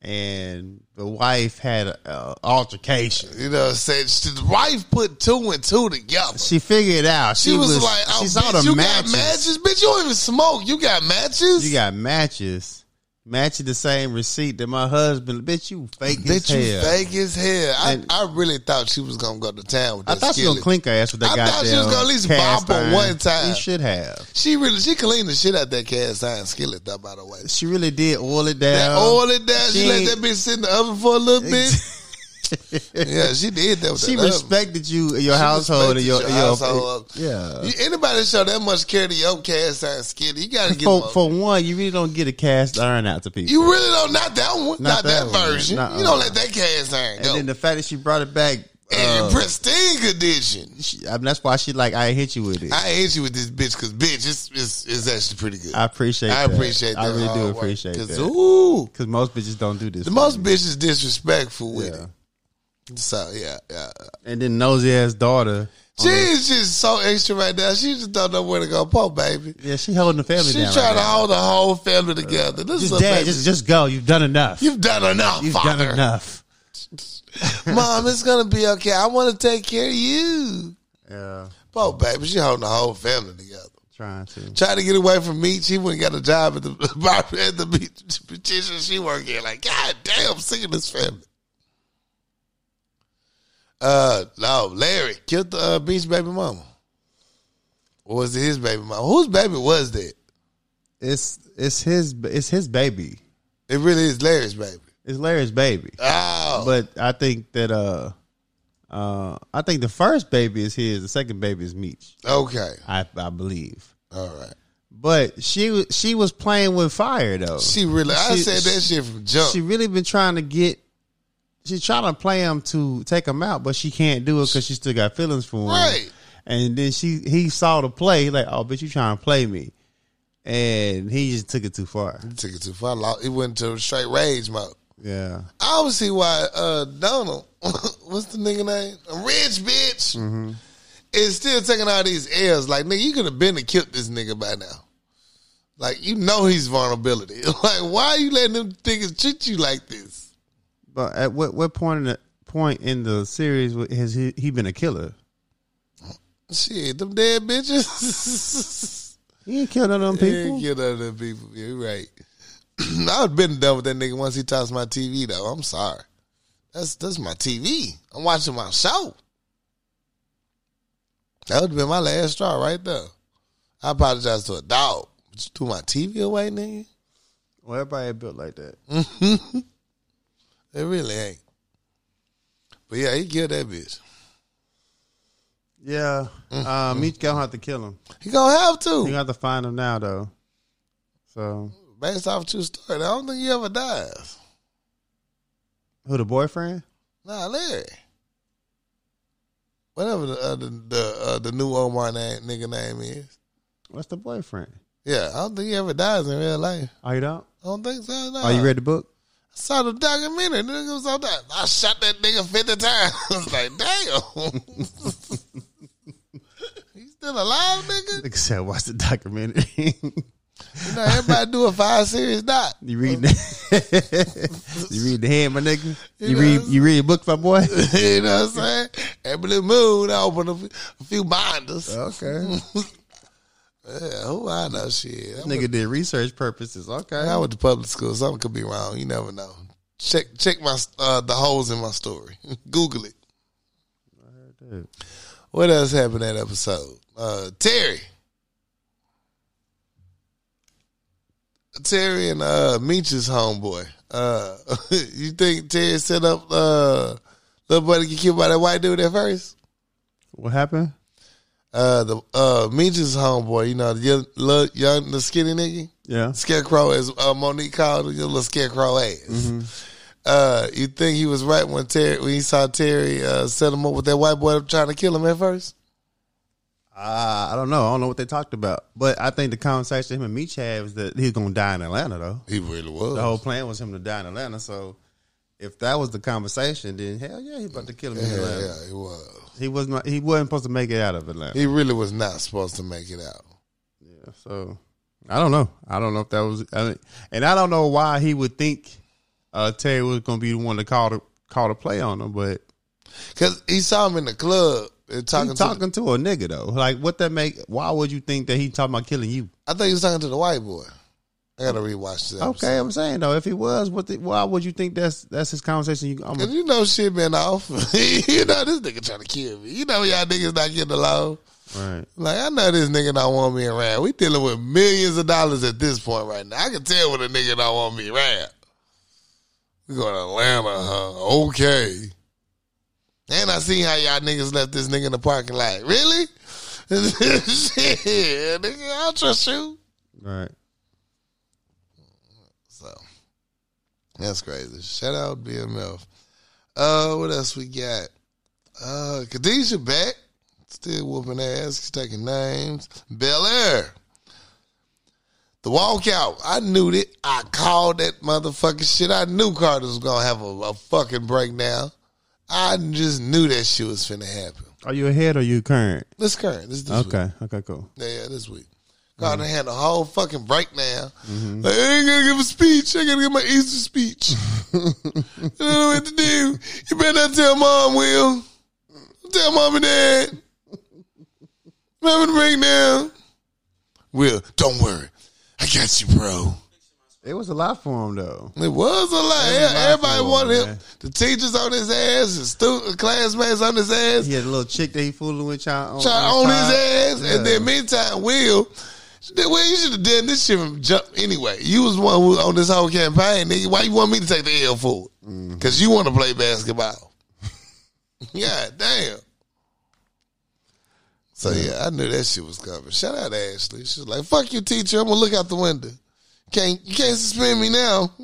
A: and the wife had a, a altercation.
B: you know, what I'm saying his wife put two and two together.
A: She
B: She,
A: figured it out. She,
B: was, like, "Oh,
A: she saw
B: bitch,
A: the
B: you
A: matches.
B: got matches, bitch. You don't even smoke. You got matches.
A: You got matches matching the same receipt that my husband. Bitch, you fake as
B: bitch. You
A: hell.
B: fake as hell. I,
A: And-
B: I really thought she was gonna go to town with
A: I
B: that
A: thought she was gonna
B: skillet.
A: clink her ass with that
B: I
A: goddamn.
B: thought she was gonna at least
A: cast
B: bop her
A: iron.
B: one time.
A: You should have.
B: She really she cleaned the shit out that cast iron skillet though, by the way.
A: She really did oil it
B: That
A: down.
B: oil it down, she,
A: she
B: let that
A: ain't-
B: bitch sit in the oven for a little bit. yeah, she did that with
A: she
B: that oven.
A: respected you in your household and your,
B: respected
A: and
B: your
A: your-
B: household.
A: yeah.
B: You- anybody show that much care to your cast iron skillet, you gotta get
A: for,
B: them a-
A: for one, you really don't get a cast iron out to people.
B: You really don't not that one, not, that,
A: that one,
B: version.
A: nuh-uh.
B: You don't let that cast iron
A: and
B: go.
A: then
B: And,
A: the fact that she brought it back,
B: in
A: uh,
B: pristine condition.
A: she, I mean, that's why she like I ain't hit you with it. I,
B: I hate you with this bitch because bitch, it's, it's it's actually pretty good. I,
A: appreciate. that.
B: appreciate that.
A: I really
B: hard
A: do
B: work.
A: appreciate
B: 'Cause,
A: that.
B: Ooh,
A: Because most bitches don't do this.
B: The most bitches disrespectful with
A: Yeah.
B: it. So yeah, yeah.
A: and then nosy ass daughter.
B: She's just so extra right now. She just don't know where to go. Poor baby.
A: Yeah, she holding the family
B: She's
A: down.
B: trying
A: right
B: to
A: now. Uh,
B: hold the whole family together. This is
A: Just
B: a
A: dad,
B: baby.
A: just just go. You've done enough.
B: You've done enough,
A: You've
B: father.
A: done enough.
B: Mom, it's gonna be okay. I want to take care of you.
A: Yeah,
B: Poor baby. She holding the whole family together.
A: trying to.
B: Trying to get away from me. She went and got a job at the at the beach petition she worked in. Like, God damn, sick of this family. Uh no, Larry killed the uh, beach baby mama. Or was it his baby mama? Whose baby was that?
A: It's it's his it's his baby.
B: It really is Larry's baby.
A: It's Larry's baby.
B: Oh.
A: But I think that uh uh I think the first baby is his. The second baby is Meech.
B: Okay.
A: I I believe.
B: All right.
A: But she was- she was playing with fire though.
B: She really I
A: She-
B: said that shit from jump.
A: She really been trying to get she's trying to play him to take him out, but she can't do it because she still got feelings for him.
B: Right.
A: And then she he saw the play, he like, oh, bitch, you trying to play me, and he just took it too far.
B: Took it too far. Lo- It went to straight rage mode.
A: Yeah,
B: I always see why uh, Donald, what's the nigga name? A rich bitch is still taking all these L's. Like, nigga, you could have been to killed this nigga by now. Like, you know he's vulnerability. like, why are you letting them niggas treat you like this?
A: but at what what point in the point in the series has he, he been a killer?
B: Shit, them dead bitches.
A: He ain't killed none of them people.
B: Didn't get other people. You're right. I would been done with that nigga once he touched my TV though. I'm sorry. That's that's my TV. I'm watching my show. That would have been my last straw right there. I apologize to a dog. But you threw my TV away, nigga?
A: Well, everybody ain't built like that.
B: It really ain't. But yeah, he killed that bitch.
A: Yeah, um, he's gonna have to kill him.
B: He gonna have
A: You
B: to.
A: gonna have to find him now though. So
B: Based off true story. I don't think he ever dies.
A: who the boyfriend?
B: Nah, Larry. Whatever the uh, the the, uh, the new Omar name, nigga name is.
A: What's the boyfriend?
B: Yeah, I don't think he ever dies in real life.
A: Oh, you don't?
B: I don't think so. No.
A: Oh, you read the book?
B: I saw the documentary. Nigga was on that. I shot that nigga fifty times. I was like, damn. He's still alive, nigga.
A: Like I said, watch the documentary.
B: You know, everybody do a five series doc.
A: you read the You read the hand, my nigga. You read you read a book, my boy?
B: You know what I'm saying? Every blue moon, I open a few, a few binders.
A: Okay.
B: Yeah, who I know shit. I'm
A: nigga did research purposes. Okay.
B: I went to public school. Something could be wrong. You never know. Check check my uh, the holes in my story. Google it.
A: Dude.
B: What else happened that episode? Uh, Terry, Terry and uh, Meech's homeboy. Uh, you think Terry set up uh, little buddy get killed by that white dude at first?
A: What happened?
B: Uh, the uh, Meech's homeboy. You know the young, little, young the skinny nigga.
A: Yeah.
B: scarecrow, as uh, Monique called him, your little scarecrow ass. Uh, you think he was right when Terry when he saw Terry uh, set him up with that white boy trying to kill him at first?
A: Uh, I don't know. I don't know what they talked about. But I think the conversation him and Meech had was that he was gonna die in Atlanta though.
B: He really was.
A: The whole plan was him to die in Atlanta, so if that was the conversation, then hell yeah, he about to kill him in
B: yeah,
A: Atlanta.
B: yeah, he was.
A: He was not. He wasn't supposed to make it out of Atlanta.
B: He really was not supposed to make it out.
A: Yeah, so I don't know. I don't know if that was. I mean, and I don't know why he would think uh, Terry was going to be the one to call the call the play on him. But
B: Cause he saw him in the club and talking,
A: he talking to a nigga though. Like, what that make? Why would you think that he talking about killing you?
B: to I think he was talking to the white boy. I gotta rewatch that.
A: Okay, I'm saying though, if he was, what? The, why would you think that's that's his conversation? You, I'm,
B: Cause you know shit been off. you know this nigga trying to kill me. You know y'all niggas not getting along.
A: right.
B: Like I know this nigga don't want me around. We dealing with millions of dollars at this point right now. I can tell when a nigga don't want me around. We going to Atlanta, huh? Okay. And I see how y'all niggas left this nigga in the parking lot. Really? Shit, nigga, I'll trust you.
A: Right.
B: So that's crazy. Shout out BMF. Uh, what else we got? Uh, Khadijah back, still whooping ass, she's taking names. Bel Air, the walkout. I knew it. I called that motherfucking shit. I knew Carter was gonna have a, a fucking breakdown. I just knew that shit was finna happen.
A: Are you ahead or you current?
B: This current, this this week.
A: Okay. Okay. Cool.
B: Yeah, yeah, this week. Carter had a whole fucking breakdown. Like, I ain't gonna give a speech. I gotta give my Easter speech. I don't know what to do. You better not tell mom, Will. Tell mom and dad. I'm having a breakdown. Will, don't worry. I got you, bro.
A: It was a lot for him though.
B: It was a lot.
A: was a lot
B: Everybody
A: for him,
B: wanted him.
A: man.
B: The teachers on his ass, the student, classmates on his ass.
A: He had a little chick that he fooling with y'all on,
B: try on his ass,
A: Yeah.
B: and then meantime, Will, Will, you should have done this shit from jump anyway. You was the one who on this whole campaign, nigga. Why you want me to take the L for it? Because you want to play basketball. God damn. So yeah, I knew that shit was coming. Shout out to Ashley. She's like, "Fuck you, teacher. I'm gonna look out the window. Can't you can't suspend me now."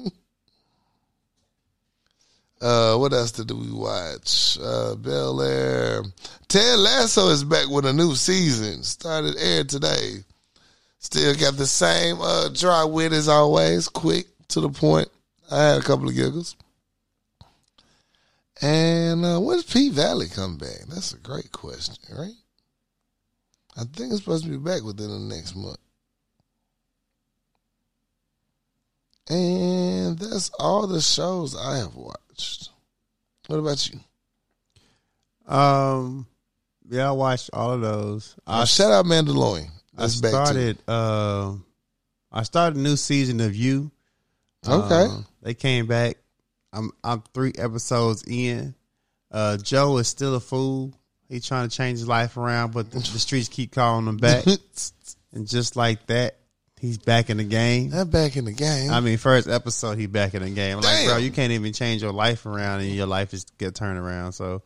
B: Uh, what else did we watch? Uh, Bel Air. Ted Lasso is back with a new season. Started air today. Still got the same uh, dry wit as always. Quick to the point. I had a couple of giggles. And uh, when's P Valley come back? That's a great question, right? I think it's supposed to be back within the next month. And that's all the shows I have watched. What about you?
A: Um, yeah, I watched all of those.
B: Uh,
A: I
B: shout out Mandalorian.
A: I
B: That's back too.
A: started. Uh, I started a new season of You.
B: Okay.
A: Uh, they came back. I'm I'm three episodes in. Uh, Joe is still a fool. He's trying to change his life around, but the, the streets keep calling him back. and just like that, he's back in the game.
B: That back in the game.
A: I mean, first episode, he back in the game. Like,
B: Damn.
A: bro, you can't even change your life around, and your life is get turned around. So,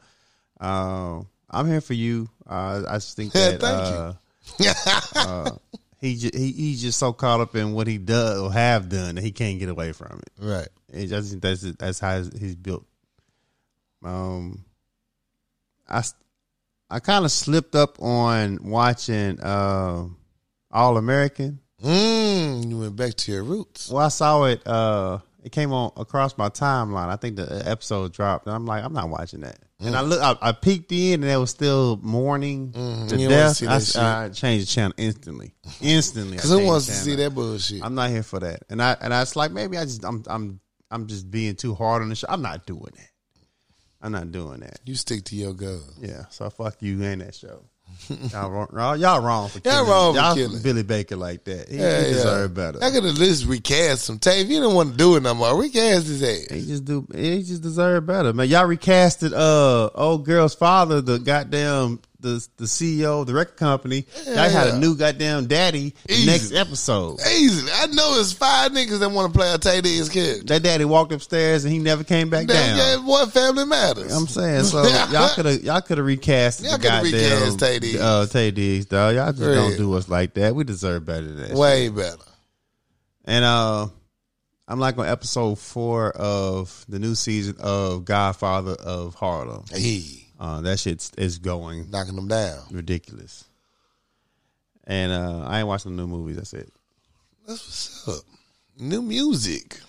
A: um, I'm here for you. Uh, I just think
B: Yeah,
A: that
B: thank you.
A: uh, uh, he, ju- he he's just so caught up in what he does or have done that he can't get away from it.
B: right.
A: It just think that's that's how he's- he's built. Um, I s- I kind of slipped up on watching um All American.
B: Mm, you went back to your roots.
A: Well, I saw it. Uh, it came on across my timeline. I think the episode dropped, and I'm like, I'm not watching that. And
B: Mm.
A: I look, I, I peeked in, and it was still morning.
B: Mhm.
A: The
B: You don't wanna
A: death.
B: see
A: I,
B: that
A: s-
B: shit.
A: I changed the channel instantly. Instantly, I
B: Because who
A: changed
B: wants
A: the
B: to
A: channel.
B: see that bullshit?
A: I'm not here for that. And I and I was like, maybe I just I'm I'm I'm just being too hard on the show. I'm not doing that. I'm not doing that.
B: you stick to your guns.
A: Yeah. So fuck you and that show. Y'all wrong. y'all- Y'all wrong for
B: Y'all
A: killing.
B: wrong for
A: y'all
B: killing.
A: Billy Baker like that. He, he
B: Yeah, yeah.
A: deserved better.
B: I could at least recast some tape. You didn't want to do it no more. Recast his ass.
A: He just do. He just deserved better, man. Y'all recasted uh old girl's father, the goddamn the the CEO of the record company. Y'all had a new goddamn daddy. The
B: Easy.
A: next episode,
B: Easy. I know it's five niggas that want to play a Taydee's kid.
A: that daddy walked upstairs and he never came back down.
B: Damn, yeah, boy, family matters.
A: I'm saying so. y'all could have y'all could have recast
B: Y'all
A: the
B: coulda
A: goddamn
B: recast Tay Diggs.
A: Uh, Tay Diggs, dog. Y'all just don't
B: Yeah.
A: do us like that. We deserve better than that.
B: Way better.
A: And uh, I'm like on episode four of the new season of Godfather of Harlem.
B: Hey,
A: Uh, that shit is going
B: knocking them down.
A: ridiculous. And uh, I ain't watching the new movies. That's it.
B: That's what's up. New music.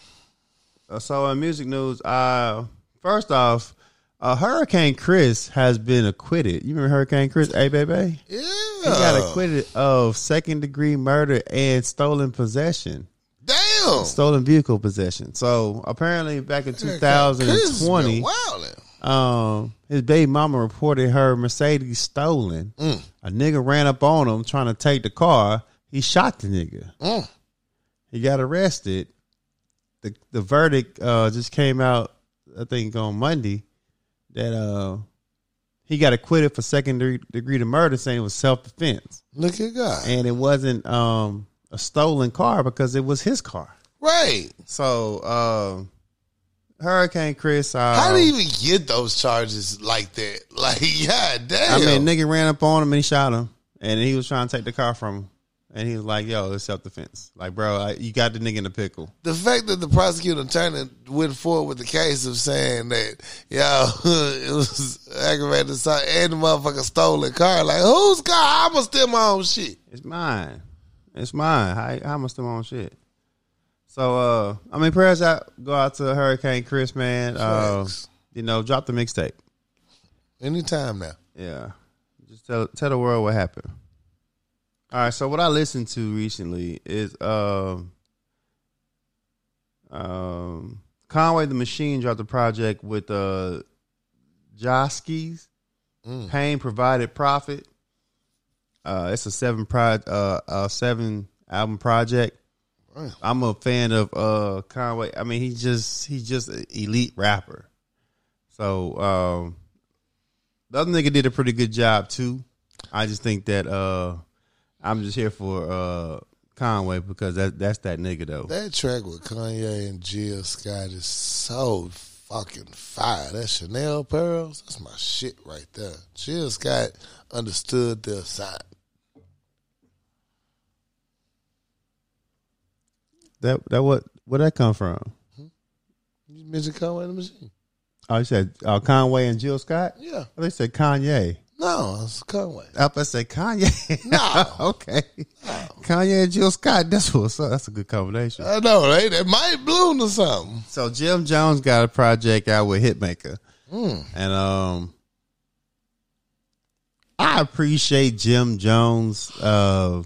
A: Uh, so in music news, uh, first off, uh, Hurricane Chris has been acquitted. You remember Hurricane Chris? Hey, baby.
B: Yeah.
A: He
B: Oh.
A: got acquitted of second degree murder and stolen possession,
B: Damn.
A: stolen vehicle possession. So apparently, back in 2020,
B: Wow.
A: um, his baby mama reported her Mercedes stolen. A nigga ran up on him trying to take the car. He shot the nigga.
B: Mm.
A: He got arrested. The the verdict uh, just came out. I think on Monday that uh, he got acquitted for second degree- degree to murder, saying it was self defense
B: Look at God.
A: and it wasn't um a stolen car because it was his car.
B: right.
A: So um Hurricane Chris, uh,
B: How do you even get those charges like that? Like, god damn.
A: I mean, nigga ran up on him and he shot him, and he was trying to take the car from him, and he was like, "Yo, it's self defense." Like, bro, I, you got the nigga in the pickle.
B: the fact that the prosecuting attorney went forward with the case of saying that, yo, it was aggravated assault and the motherfucker stole a car. Like, whose car? I'ma steal my own shit.
A: It's mine. It's mine. How how much them on shit? So uh, I mean, prayers out go out to Hurricane Chris, man. Uh,
B: Facts.
A: you know, drop the mixtape.
B: Anytime now.
A: Yeah. Just tell tell the world what happened. All right, so what I listened to recently is um um Conway the Machine dropped a project with uh Joskies.
B: Mm.
A: Pain provided profit. Uh it's a seven pro uh a seven album project.
B: Right.
A: I'm a fan of uh Conway. I mean, he's just he's just an elite rapper. So um the other nigga did a pretty good job too. I just think that uh I'm just here for uh Conway because that that's that nigga though.
B: That track with Kanye and Jill Scott is so fucking fire. That Chanel Pearls, that's my shit right there. Jill Scott understood the side.
A: That that what where that come from?
B: You mentioned Conway the Machine.
A: Oh, you said uh, Conway and Jill Scott?
B: Yeah.
A: Oh, they said Kanye.
B: No, it's Conway.
A: I thought they said Kanye.
B: No.
A: okay. Kanye and Jill Scott. That's what's up. That's a good combination.
B: I know, right? It might bloom or something.
A: So Jim Jones got a project out with Hitmaker, and um, I appreciate Jim Jones. Uh,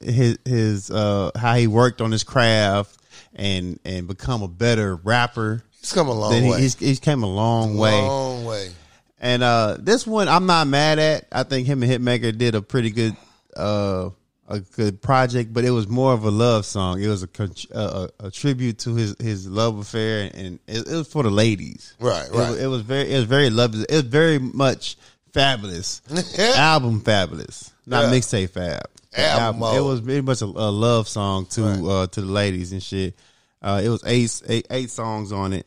A: his his uh, how he worked on his craft and and become a better rapper.
B: He's come a long
A: Then he,
B: way.
A: he's, he's came a long way.
B: Oh, Long way.
A: And uh this one I'm not mad at. I think him and Hitmaker did a pretty good uh a good project, but it was more of a love song. It was a con- uh, a, a tribute to his his love affair and it, it was for the ladies.
B: Right,
A: It,
B: right.
A: was, it was very it was very lovely. It was very much fabulous. album fabulous. Not
B: Yeah.
A: mixtape fab. The
B: Album
A: It
B: mode.
A: was very much a, a love song to uh to the ladies and shit. Uh it was eight eight, eight songs on it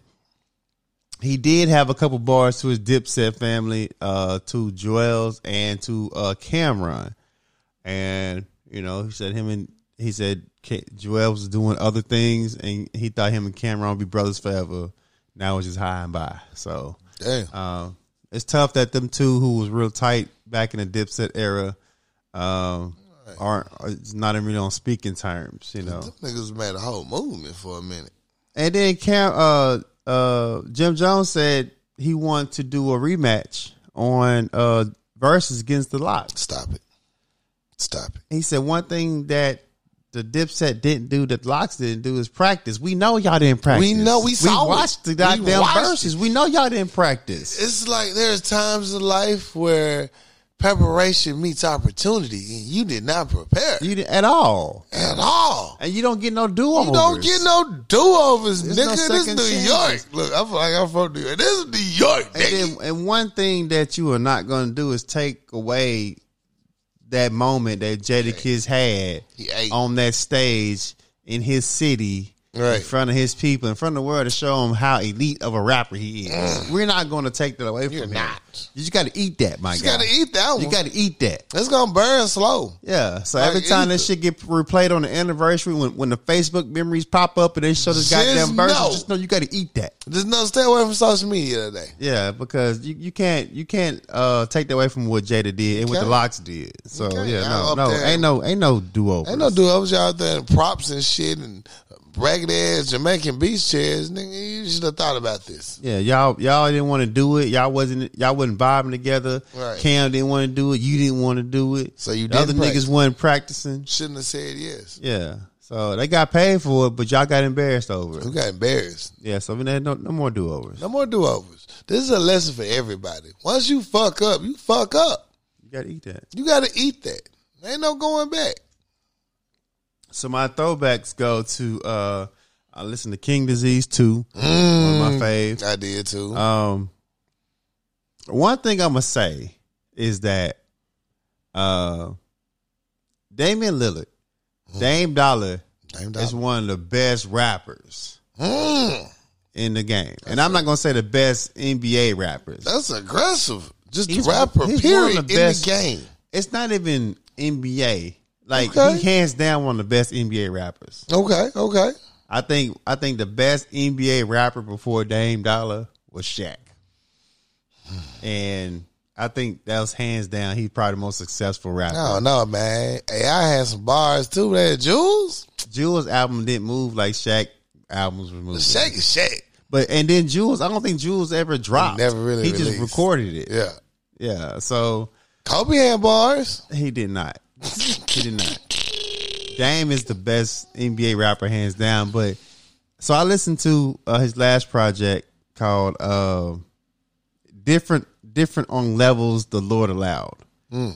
A: he did have a couple bars to his Dipset family, uh, to Joel's and to uh, Cameron, and you know he said him and he said K- Joel was doing other things, and he thought him and Cameron would be brothers forever. Now it's just high and by. So
B: Damn.
A: um, it's tough that them two who was real tight back in the Dipset era um, aren't are not even really on speaking terms, you know.
B: Them niggas made a whole movement for a minute.
A: And then Cam, uh, uh, Jim Jones said he wanted to do a rematch on uh, versus against the lock.
B: Stop it. Stop it.
A: He said one thing that the Dipset didn't do that locks didn't do is practice. We know y'all didn't practice.
B: We know, we saw it.
A: watched the
B: We
A: goddamn
B: watched it.
A: verses. We know y'all didn't practice.
B: It's like there's times in life where preparation meets opportunity, and you did not prepare
A: You didn't at all,
B: at all.
A: and you don't get no do over.
B: You don't get no do overs,
A: There's no
B: nigga. this is
A: second
B: New
A: chance.
B: York. Look, I feel like I'm from New York. This is New York, nigga.
A: And, then, and one thing that you are not going to do is take away that moment that Jada Kiss had
B: He ate.
A: on that stage in his city, in
B: Right.
A: front of his people, in front of the world, to show him how elite of a rapper he is. We're not going to take that away from
B: Mm. You're
A: him.
B: not.
A: You just got to eat that, my
B: you
A: guy.
B: gotta eat that one.
A: You got to eat that.
B: it's gonna burn slow.
A: Yeah. So
B: Like,
A: every time
B: eat
A: that shit get replayed on the anniversary, when when the Facebook memories pop up and they show this
B: Just
A: goddamn verse,
B: know.
A: just know you got to eat that.
B: Just no stay away from social media today.
A: Yeah, because you, you can't you can't uh, take that away from what Jada did and what the
B: can't.
A: Locks did. So
B: can't.
A: yeah, no,
B: Y'all
A: no,
B: up there.
A: ain't no ain't no do over.
B: Ain't no do overs y'all out there in props and shit and ragged ass Jamaican beach chairs, nigga. You should have thought about this.
A: Yeah, y'all y'all didn't want to do it. Y'all wasn't y'all wasn't vibing together.
B: Right.
A: Cam didn't want to do it. You didn't want to do it.
B: So you
A: the other
B: didn't practice.
A: niggas wasn't practicing.
B: Shouldn't have said yes.
A: Yeah. So they got paid for it, but y'all got embarrassed over it.
B: We got embarrassed.
A: Yeah, so we had no, no more do overs.
B: No more do overs. This is a lesson for everybody. Once you fuck up, you fuck up.
A: You gotta eat that.
B: You gotta eat that. Ain't no going back.
A: So my throwbacks go to uh I listen to King Disease 2,
B: Mm.
A: one of my faves.
B: I did too.
A: Um, one thing I'm gonna say is that uh, Damian Lillard,
B: Mm.
A: Dame Dollar,
B: Damn dog.
A: is one of the best rappers
B: Mm,
A: in the game, and I'm not gonna say the best NBA rappers.
B: that's aggressive. Just
A: He's-
B: rapper,
A: he's one
B: period,
A: of the
B: in
A: best-
B: the game.
A: It's not even NBA. Like
B: Okay.
A: he hands down one of the best NBA rappers.
B: Okay, okay.
A: I think I think the best NBA rapper before Dame Dollar was Shaq. And I think that was hands down. He's probably the most successful rapper.
B: No, no, man. Hey, I had some bars too. That Jules,
A: Jewel's album didn't move like Shaq albums were moving.
B: shake is shake.
A: But and then Jewel's, I don't think Jewel's ever dropped.
B: Never really
A: He just
B: released.
A: recorded it.
B: Yeah,
A: Yeah. So
B: Kobe had bars.
A: he did not. he did not. Dame is the best NBA rapper hands down. But so I listened to uh, his last project called uh, "Different Different on Levels." The Lord allowed.
B: Hmm.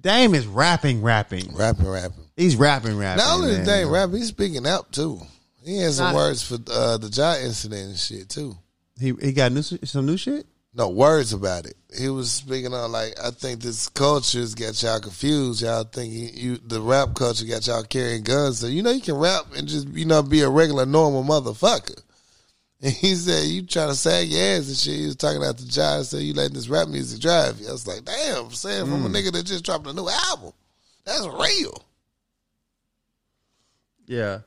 A: Dame is rapping, rapping.
B: Rapping, rapping.
A: He's rapping, rapping.
B: Not only
A: man.
B: is Dame rapping, he's speaking out too. He had some
A: Not-
B: words for uh, the Jai incident and shit too.
A: he he got new, some new shit.
B: No words about it. He was speaking on like I think this culture's got y'all confused. Y'all think you, you the rap culture got y'all carrying guns. So you know you can rap and just you know be a regular normal motherfucker. And he said you trying to sag your ass and shit. He was talking out to Jai. So you letting this rap music drive you. I was like, damn, saying from
A: Mm.
B: a nigga that just dropped a new album. That's real.
A: Yeah.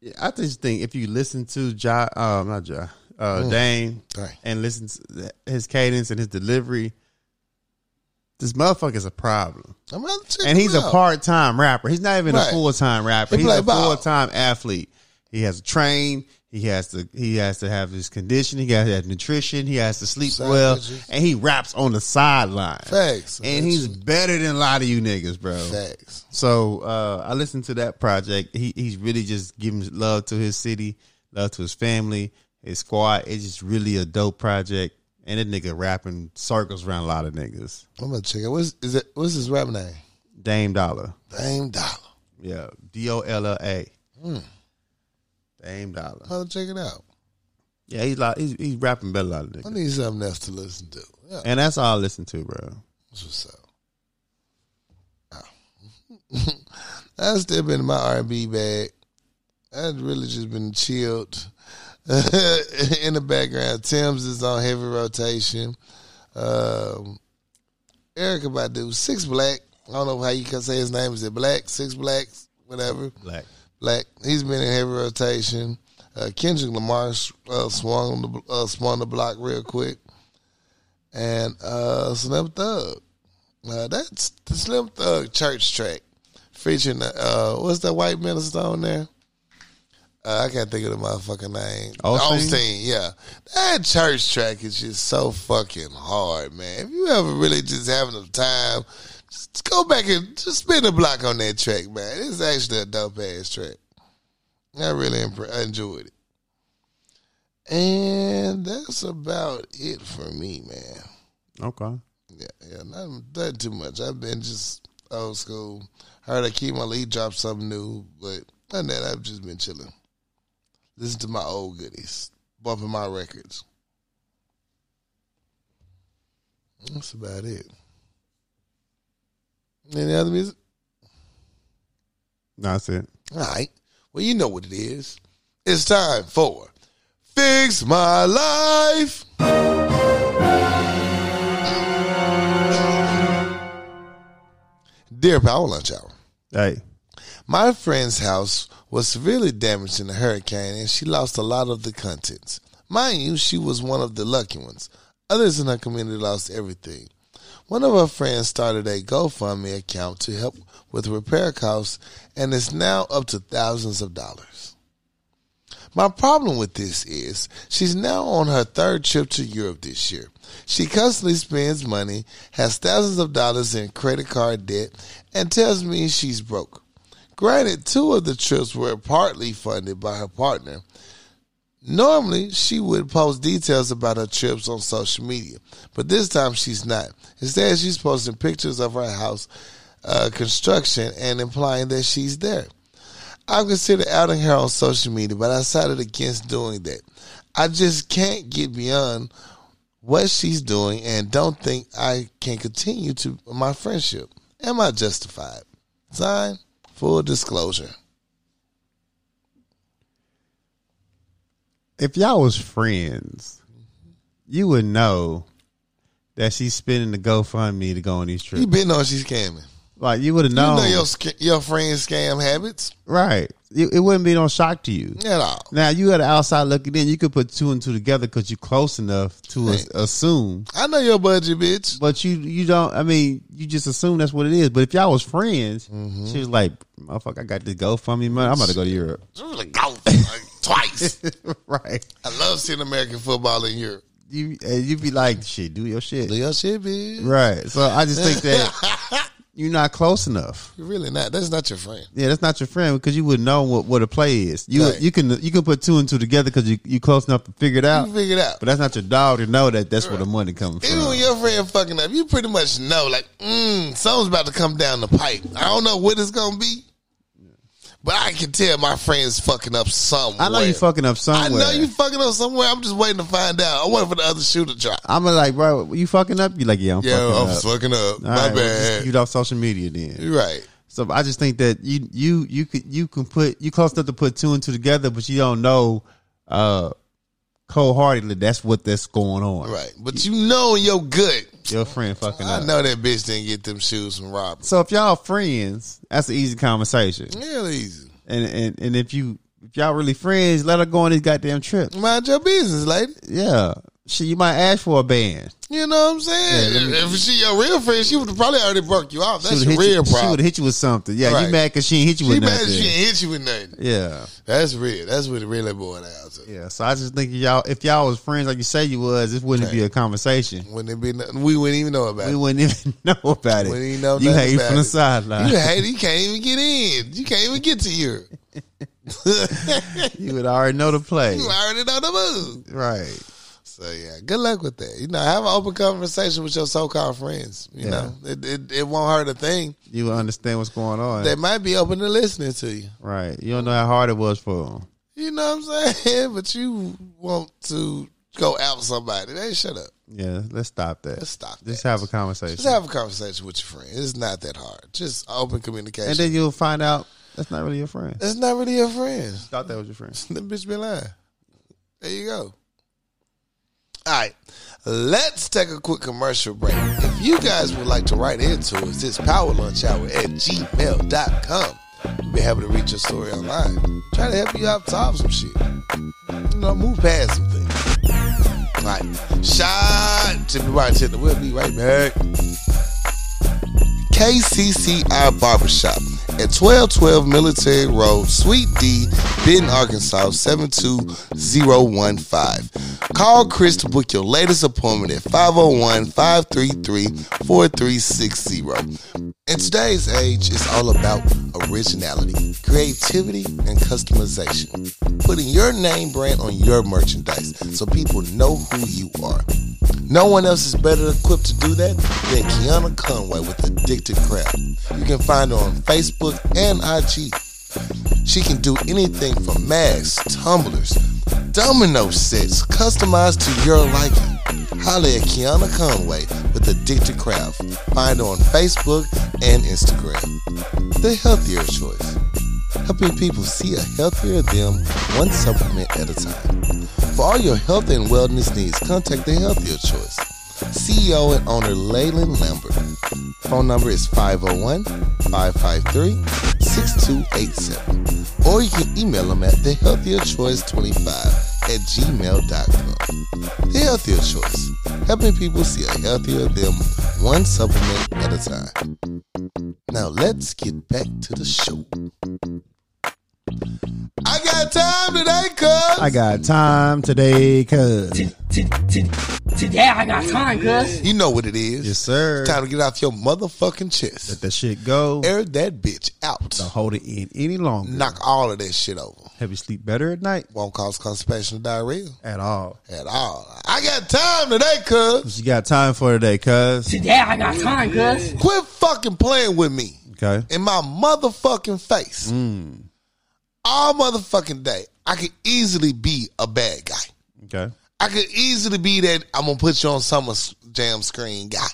A: Yeah, I just think if you listen to Ja, uh, not Ja, uh,
B: Mm.
A: Dame,
B: Dang.
A: and listen to th- his cadence and his delivery, this motherfucker's a problem.
B: I'm about to check
A: And
B: him
A: he's a
B: out.
A: part time rapper. He's not even a
B: Right.
A: full time rapper.
B: He
A: he's
B: play
A: a
B: ball.
A: full time athlete. He has to train. He has to. He has to have his condition. He has to have nutrition. He has to sleep
B: Side
A: well,
B: bitches.
A: and he raps on the sideline.
B: Facts.
A: And he's better than a lot of you niggas, bro.
B: facts.
A: So uh, I listened to that project. He he's really just giving love to his city, love to his family, his squad. It's just really a dope project. And that nigga rapping circles around a lot of niggas.
B: I'm gonna check it. What's is it? What's his rap name?
A: Dame Dollar.
B: Dame Dollar.
A: Yeah. D O L L A. Dame Dollar.
B: I'm gonna check it out.
A: Yeah, he's like he's, he's rapping better than a lot of
B: I
A: niggas.
B: need something else to listen to. Yeah,
A: And that's all I listen to, bro.
B: that's what's up. Oh. That's still been in my R&B bag. I've really just been chilled in the background. Tim's is on heavy rotation. Um, Erica Badu, Six Black. I don't know how you can say his name. Is it Black? Six Blacks? Whatever.
A: Black.
B: Black. He's been in heavy rotation. Uh, Kendrick Lamar uh, swung the uh, swung the block real quick, and uh, Slim Thug. Uh, that's the Slim Thug church track featuring uh, uh, what's that white minister on there? Uh, I can't think of the motherfucking name.
A: Osteen?
B: yeah. That church track is just so fucking hard, man. If you ever really just having the time, just go back and just spin a block on that track, man. It's actually a dope ass track. I really impre- I enjoyed it. And that's about it for me, man.
A: Okay.
B: Yeah, yeah, not, not too much. I've been just old school. Heard Akeem Lee drop something new, but other than that, I've just been chilling. Listen to my old goodies, bumping my records. That's about it. Any other music?
A: That's it.
B: All right. Well, you know what it is. It's time for Fix My Life. Dear Power Lunch Hour,
A: Hey.
B: my friend's house was severely damaged in the hurricane and she lost a lot of the contents. Mind you, she was one of the lucky ones. Others in her community lost everything. One of her friends started a GoFundMe account to help with repair costs and is now up to thousands of dollars. My problem with this is she's now on her third trip to Europe this year. She constantly spends money, has thousands of dollars in credit card debt, and tells me she's broke. Granted, two of the trips were partly funded by her partner. Normally, she would post details about her trips on social media, but this time she's not. Instead, she's posting pictures of her house uh, construction and implying that she's there. I've considered outing her on social media, but I decided against doing that. I just can't get beyond what she's doing and don't think I can continue to my friendship. Am I justified? Sign, full disclosure.
A: if y'all was friends, you would know that she's spending the GoFundMe to go on these
B: You
A: trips.
B: been on she's scamming.
A: Like you would have
B: You
A: known,
B: know your sc- your friend's scam habits
A: right? It, it wouldn't be no shock to you.
B: at all.
A: Now you at the outside looking in, you could put two and two together because you're close enough to as- assume.
B: I know your budget, bitch.
A: But you you don't. I mean, you just assume that's what it is. But if y'all was friends, she was like, "Motherfucker, I got this GoFundMe money. I'm about to go to Europe."
B: You really go like twice.
A: right?
B: I love seeing American football in Europe.
A: You and you'd be like, "Shit, do your shit."
B: Do your shit, bitch.
A: Right. So I just think that you're not close enough.
B: You're really not. That's not your friend.
A: Yeah, that's not your friend because you wouldn't know what, what a play is. You
B: Right.
A: you can you can put two and two together because you you close enough to figure it out.
B: You figure it out.
A: But that's not your dog to know that that's where the money coming
B: Even when
A: from.
B: your friend fucking up, you pretty much know, like, mm, something's about to come down the pipe. I don't know what it's gonna be, but I can tell my friend's fucking up somewhere.
A: I know you fucking up
B: I
A: somewhere.
B: know you fucking up somewhere. I'm just waiting to find out. I'm waiting for the other shoe to drop.
A: I'm like, bro, you fucking up. You like, yeah, I'm
B: Yeah,
A: fucking
B: I'm
A: up.
B: fucking up.
A: All
B: My
A: right, well, just
B: bad.
A: Get off social media then.
B: You're right.
A: So I just think that you you you could you can put you close enough to put two and two together, but you don't know uh cold heartedly that's what that's going on.
B: Right. But you know in your gut.
A: Your friend fucking
B: I
A: up.
B: know that bitch didn't get them shoes from Robert.
A: So if y'all friends, that's an easy conversation.
B: Real easy.
A: and and and if you If y'all really friends, let her go on these goddamn trips.
B: Mind your business, lady.
A: Yeah. She, you might ask for a band.
B: You know what I'm saying?
A: Yeah, let me-
B: if she your real friend, she would probably already broke you off.
A: She
B: That's your
A: would've hit
B: real
A: you- She would
B: problem.
A: have hit you with something. Yeah,
B: Right.
A: you mad because she ain't hit you
B: She
A: with
B: mad
A: nothing.
B: she ain't hit you with nothing.
A: Yeah.
B: That's real. That's what it really boiled down to.
A: Yeah. So I just think y'all, if y'all was friends like you say you was, this wouldn't be a conversation.
B: Wouldn't it be? Nothing, we wouldn't even know about
A: We
B: it.
A: wouldn't even know about it.
B: Wouldn't even know
A: you
B: nothing
A: hate
B: about
A: from the
B: it.
A: sideline.
B: You hate. it. You can't even get in. You can't even get to you.
A: You would already know the play.
B: You already know the move.
A: Right.
B: So yeah, good luck with that. You know, have an open conversation with your so-called friends. You
A: Yeah.
B: know, it, it it won't hurt a thing.
A: You would understand what's going on.
B: They might be open to listening to you.
A: right. You don't know how hard it was for them.
B: You know what I'm saying? But you want to go out with somebody? Hey, shut up.
A: Yeah. Let's stop that.
B: Let's stop.
A: Just
B: that.
A: have a conversation.
B: Just have a conversation with your friend. It's not that hard. Just open communication.
A: and then you'll find out that's not really your friend.
B: it's not really your friend.
A: Thought that was your friend.
B: The bitch be lying. There you go. All right, let's take a quick commercial break. If you guys would like to write into us, it's powerlunchhour at gmail.com. We'll be happy to read your story online. Try to help you out solve some shit. You know, move past some things. All right, shot. Timmy White Tinder. We'll be right back. KCCI Barbershop at 1212 Military Road, Suite D, Benton, Arkansas, 72015. Call Chris to book your latest appointment at 501 533 4360. In today's age, it's all about originality, creativity, and customization. Putting your name brand on your merchandise so people know who you are. No one else is better equipped to do that than Kiana Conway with Addicted Craft. You can find her on Facebook and IG. She can do anything from masks, tumblers, domino sets, customized to your liking. Holla at Kiana Conway with Addicted Craft. Find her on Facebook and Instagram. The healthier choice helping people see a healthier them one supplement at a time. For all your health and wellness needs, contact the Healthier Choice. CEO and owner Leyland Lambert. Phone number is 501 553 6287. Or you can email them at thehealthierchoice25 at gmail.com. The Healthier Choice, helping people see a healthier them one supplement at a time. Now let's get back to the show. I got time today, cuz.
A: I got time today, cuz.
C: Yeah, I got time, cuz.
B: You know what it is.
A: Yes, sir.
B: Time to get off your motherfucking chest.
A: Let that shit go.
B: Air that bitch out.
A: Don't hold it in any longer.
B: Knock all of that shit over.
A: Have you sleep better at night?
B: Won't cause constipation or diarrhea
A: At all.
B: at all. I got time today, cuz.
A: What you got time for today, cuz?
C: Yeah, I got time, cuz.
B: Quit fucking playing with me
A: Okay.
B: in my motherfucking face.
A: Mm.
B: All motherfucking day. I could easily be a bad guy.
A: Okay.
B: I could easily be that I'm gonna put you on summer s- jam screen guy.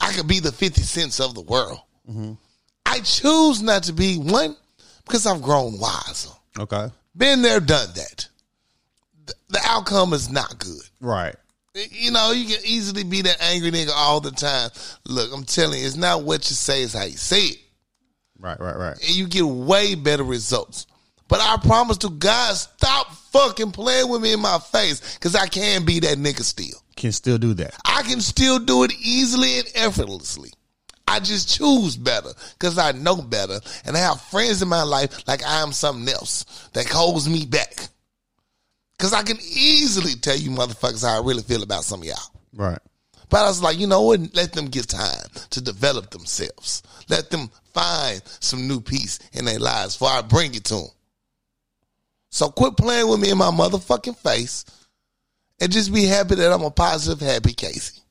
B: I could be the fifty cents of the world. I choose not to be one because I've grown wiser.
A: Okay.
B: Been there, done that. Th- The outcome is not good.
A: Right.
B: Y- You know, you can easily be that angry nigga all the time. Look, I'm telling you, it's not what you say, it's how you say it
A: Right, right, right.
B: and you get way better results. But I promise to God, stop fucking playing with me in my face because I can be that nigga still.
A: Can still do that.
B: I can still do it easily and effortlessly. I just choose better because I know better. And I have friends in my life like I am something else that holds me back. Because I can easily tell you motherfuckers how I really feel about some of y'all.
A: Right.
B: But I was like, you know what? Let them get time to develop themselves. Let them find some new peace in their lives before I bring it to them. So quit playing with me in my motherfucking face and just be happy that I'm a positive, happy Casey.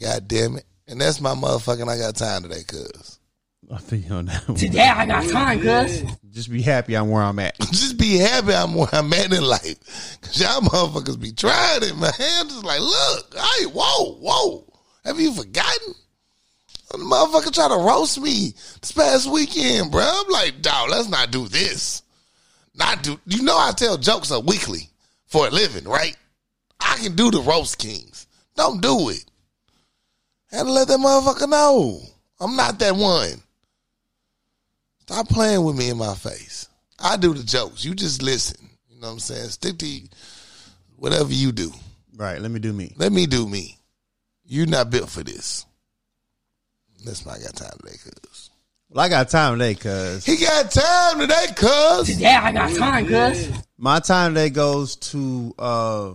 B: God damn it. And that's my motherfucking I got time today, cuz.
A: I feel you on that one.
C: Yeah, I got time, cuz.
A: Just be happy I'm where I'm at.
B: Just be happy I'm where I'm at in life. Cause y'all motherfuckers be trying it, man. Just like, look, hey, whoa, whoa. Have you forgotten? The motherfucker tried to roast me this past weekend, bro. I'm like, dog, let's not do this. Not do you know I tell jokes a weekly for a living, right? I can do the roast kings. Don't do it. Had to let that motherfucker know. I'm not that one. Stop playing with me in my face. I do the jokes. You just listen. You know what I'm saying? Stick to whatever you do.
A: Right. Let me do me.
B: Let me do me. You're not built for this. That's why I got time today, cuz.
A: Well, I got time today, cuz
B: He got time today, cuz.
C: Yeah, I got time, cuz.
A: my time today goes to uh,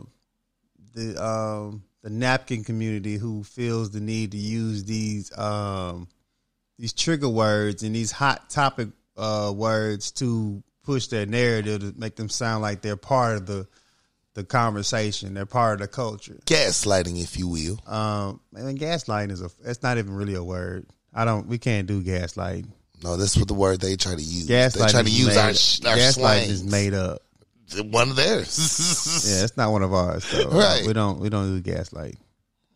A: the um, the napkin community who feels the need to use these um, these trigger words and these hot topic uh, words to push their narrative to make them sound like they're part of the the conversation. They're part of the culture.
B: Gaslighting, if you will.
A: Um, and gaslighting is a that's not even really a word. I don't. We can't do gaslighting.
B: No, that's what the word they try to use. They
A: Gaslighting
B: try to
A: is
B: use
A: made-
B: our, sh- our
A: gaslighting is
B: slang.
A: made up.
B: One of theirs.
A: Yeah, it's not one of ours. So, uh,
B: Right.
A: we don't we don't do gaslight.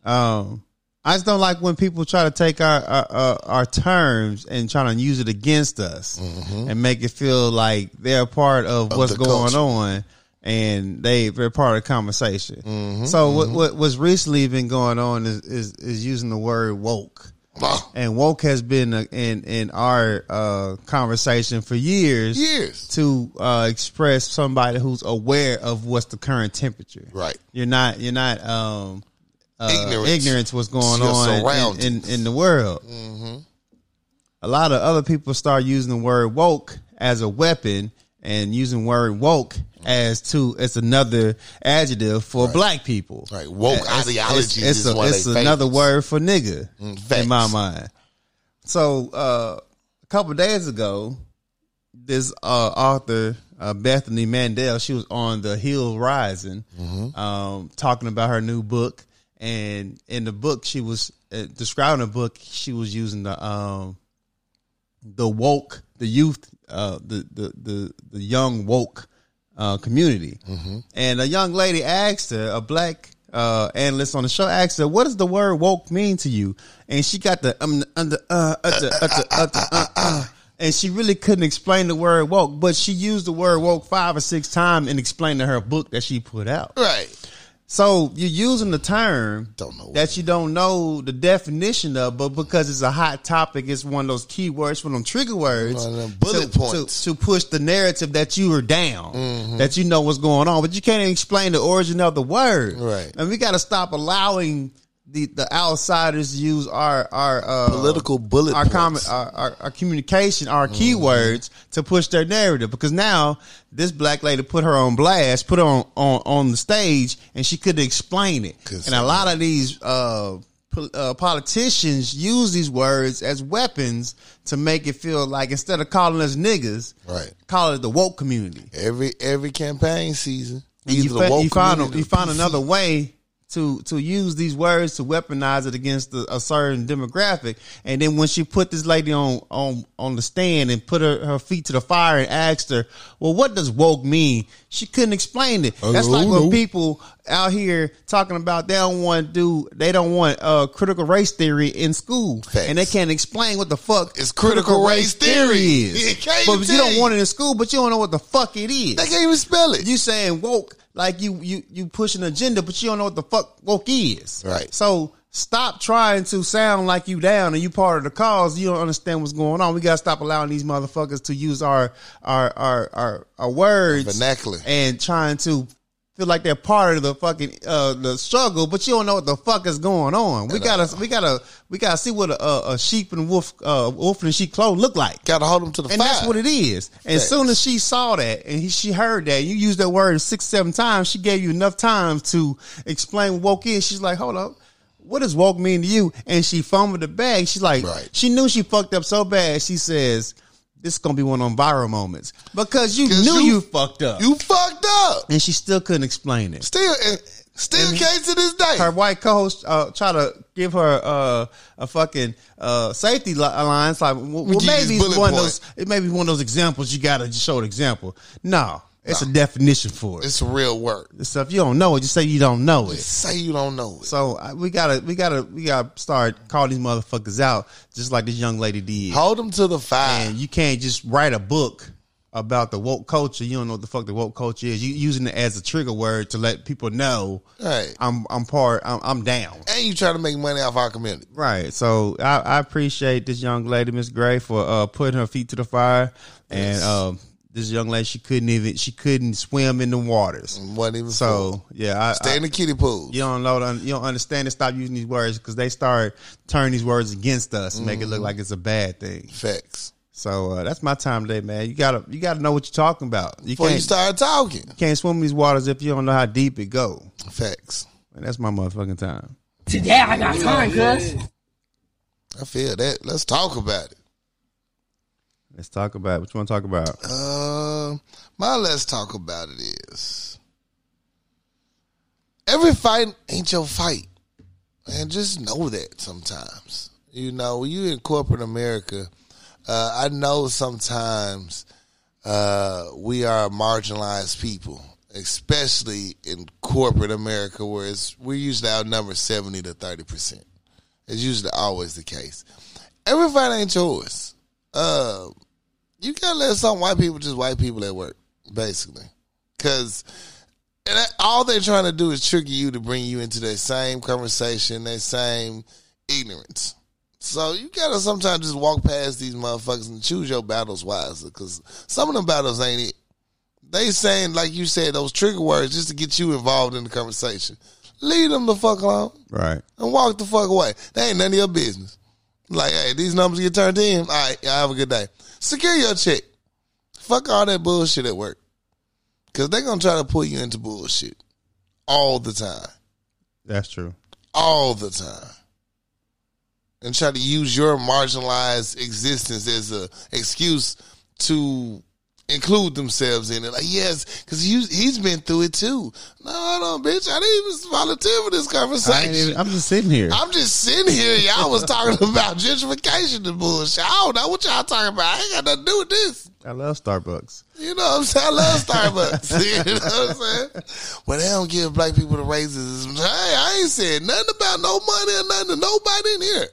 A: Um, I just don't like when people try to take our our, our, our terms and try to use it against us and make it feel like they're a part of, what's
B: Mm-hmm. the
A: going
B: culture.
A: on and they they're part of the conversation.
B: Mm-hmm,
A: So what, what what's recently been going on is is, is using the word woke
B: Oh,
A: and woke has been uh, in in our uh, conversation for years
B: years.
A: to uh, express somebody who's aware of what's the current temperature.
B: Right.
A: You're not. You're not. Um, uh,
B: Ignorance.
A: ignorance. What's going
B: your
A: on in- in,
B: surroundings.
A: in the world?
B: Mm-hmm.
A: A lot of other people start using the word woke as a weapon and using word woke as to it's another adjective for black people.
B: Right. Woke
A: It's-
B: ideologies
A: It's,
B: is
A: a-
B: one of
A: it's
B: they
A: another
B: favorites.
A: word for nigga in my
B: facts.
A: mind. So uh, a couple of days ago, this uh, author uh, Bethany Mandel, she was on the Hill Rising,
B: Mm-hmm.
A: um, talking about her new book, and in the book she was uh, describing the book. She was using the um, the woke, the youth, uh, the, the the the young woke uh, community, and a young lady asked her, a black uh, analyst on the show asked her, "What does the word woke mean to you?" And she got the um under uh uh uh uh uh, uh, uh, uh and she really couldn't explain the word woke, but she used the word woke five or six times in explaining her book that she put out.
B: Right.
A: So you're using the term
B: Don't know.
A: that you don't know the definition of, but because it's a hot topic, it's one of those keywords, one of them trigger words,
B: One of them bullet
A: to,
B: points. Mm-hmm.
A: to, to push the narrative that you were down, that you know what's going on, but you can't even explain the origin of the word.
B: Right.
A: and we got to stop allowing the the outsiders to use our our uh,
B: Political bullet
A: our
B: points. Mm-hmm.
A: comment, our, our, our communication, our keywords to push their narrative. Because now this black lady put her on blast, put her on on, on the stage, and she couldn't explain it.
B: Couldn't
A: and a lot of these uh, pol- uh, politicians use these words as weapons to make it feel like instead of calling us niggas,
B: Right.
A: call it the woke community.
B: Every every campaign season.
A: And you,
B: either the
A: fi-
B: woke
A: you find a-
B: community
A: you
B: or
A: find
B: PC.
A: another way to to use these words to weaponize it against a, a certain demographic. And then when she put this lady on on on the stand and put her, her feet to the fire and asked her, "Well, what does woke mean?" She couldn't explain it. That's
B: don't
A: like
B: know.
A: when people out here talking about they don't want to do they don't want uh, critical race theory in school,
B: Facts.
A: and they can't explain what the fuck
B: It's critical race theory.
A: is.
B: It can't
A: but you
B: tell
A: don't
B: you.
A: want it in school, but you don't know what the fuck it is.
B: They can't even spell it.
A: You saying woke like you you you push an agenda, but you don't know what the fuck woke is.
B: Right.
A: So stop trying to sound like you down and you part of the cause. You don't understand what's going on. We gotta stop allowing these motherfuckers to use our our our our, our words
B: Vernacular.
A: and trying to feel like they're part of the fucking uh the struggle, but you don't know what the fuck is going on. We gotta we gotta we gotta see what a, a, a sheep and wolf uh wolf and sheep clothes look like.
B: Got to hold them to the
A: And
B: fire.
A: that's what it is. And as soon as she saw that and he, she heard that, you used that word six, seven times, she gave you enough time to explain what woke is. She's like, hold up. What does woke mean to you? And she fumbled the bag. She's like,
B: Right.
A: she knew she fucked up so bad. She says, this is going to be one of them viral moments because you
B: 'Cause
A: knew
B: you-
A: you, fucked up.
B: You fucked up.
A: and she still couldn't explain it.
B: Still, and still came to this day.
A: Her white co-host uh, try to give her uh, a fucking uh, safety li- line. It's like, well, well
B: give you
A: maybe it's
B: this bullet
A: one of
B: point.
A: those. It may be one of those examples. You got to show an example. No, it's a definition for it.
B: it's a real word.
A: So if you don't know it, just say you don't know it.
B: Say you don't know it.
A: So I, we gotta, we gotta, we gotta start calling these motherfuckers out, just like this young lady did.
B: Hold them to the fire.
A: And you can't just write a book about the woke culture. You don't know what the fuck the woke culture is. You using it as a trigger word to let people know
B: Right.
A: I'm, I'm part, I'm, I'm down.
B: And you try to make money off our community.
A: Right. So I, I appreciate this young lady, Miss Gray, for uh, putting her feet to the fire and um, this young lady she couldn't even she couldn't swim in the waters.
B: Wasn't even full.
A: So yeah, I,
B: Mm-hmm. stay
A: I-
B: in the kiddie pool.
A: you don't know you don't understand and stop using these words because they start turning these words against us and make it look like it's a bad thing.
B: Facts.
A: So uh, that's my time today, man. You gotta you gotta know what you're talking about. You
B: Before
A: can't
B: you start talking.
A: can't swim in these waters if you don't know how deep it go.
B: Facts.
A: And that's my motherfucking time.
C: Today I got time, cuz.
B: I feel that. Let's talk about it.
A: Let's talk about it. what you want to talk about.
B: Um, my let's talk about it is every fight ain't your fight, and just know that sometimes. You know, when you in corporate America, uh, I know sometimes uh, we are marginalized people, especially in corporate America, where it's we're usually outnumbered seventy to thirty percent. It's usually always the case. Every fight ain't yours. Uh, you gotta let some white people just white people at work, basically, because and that, all they're trying to do is trigger you to bring you into that same conversation, that same ignorance. So you gotta sometimes just walk past these motherfuckers and choose your battles wisely, because some of them battles ain't it. They saying like you said those trigger words just to get you involved in the conversation. Leave them the fuck alone
A: Right.
B: and walk the fuck away. That ain't none of your business. Like, hey, these numbers get turned in. All right, y'all have a good day. Secure your check. Fuck all that bullshit at work. Cause they're gonna try to pull you into bullshit. All the time.
A: That's true.
B: All the time. And try to use your marginalized existence as a excuse to include themselves in it. Like, yes, because he's been through it too. No, I don't, bitch. I didn't even volunteer for this
A: I
B: conversation.
A: ain't even, I'm just sitting here.
B: I'm just sitting here. Y'all was talking about gentrification and bullshit. I don't know what y'all talking about. I ain't got nothing to do with this.
A: I love Starbucks.
B: You know what I'm saying? I love Starbucks. you know what I'm saying? Well, they don't give black people the raises. Hey, I ain't said nothing about no money or nothing to nobody in here.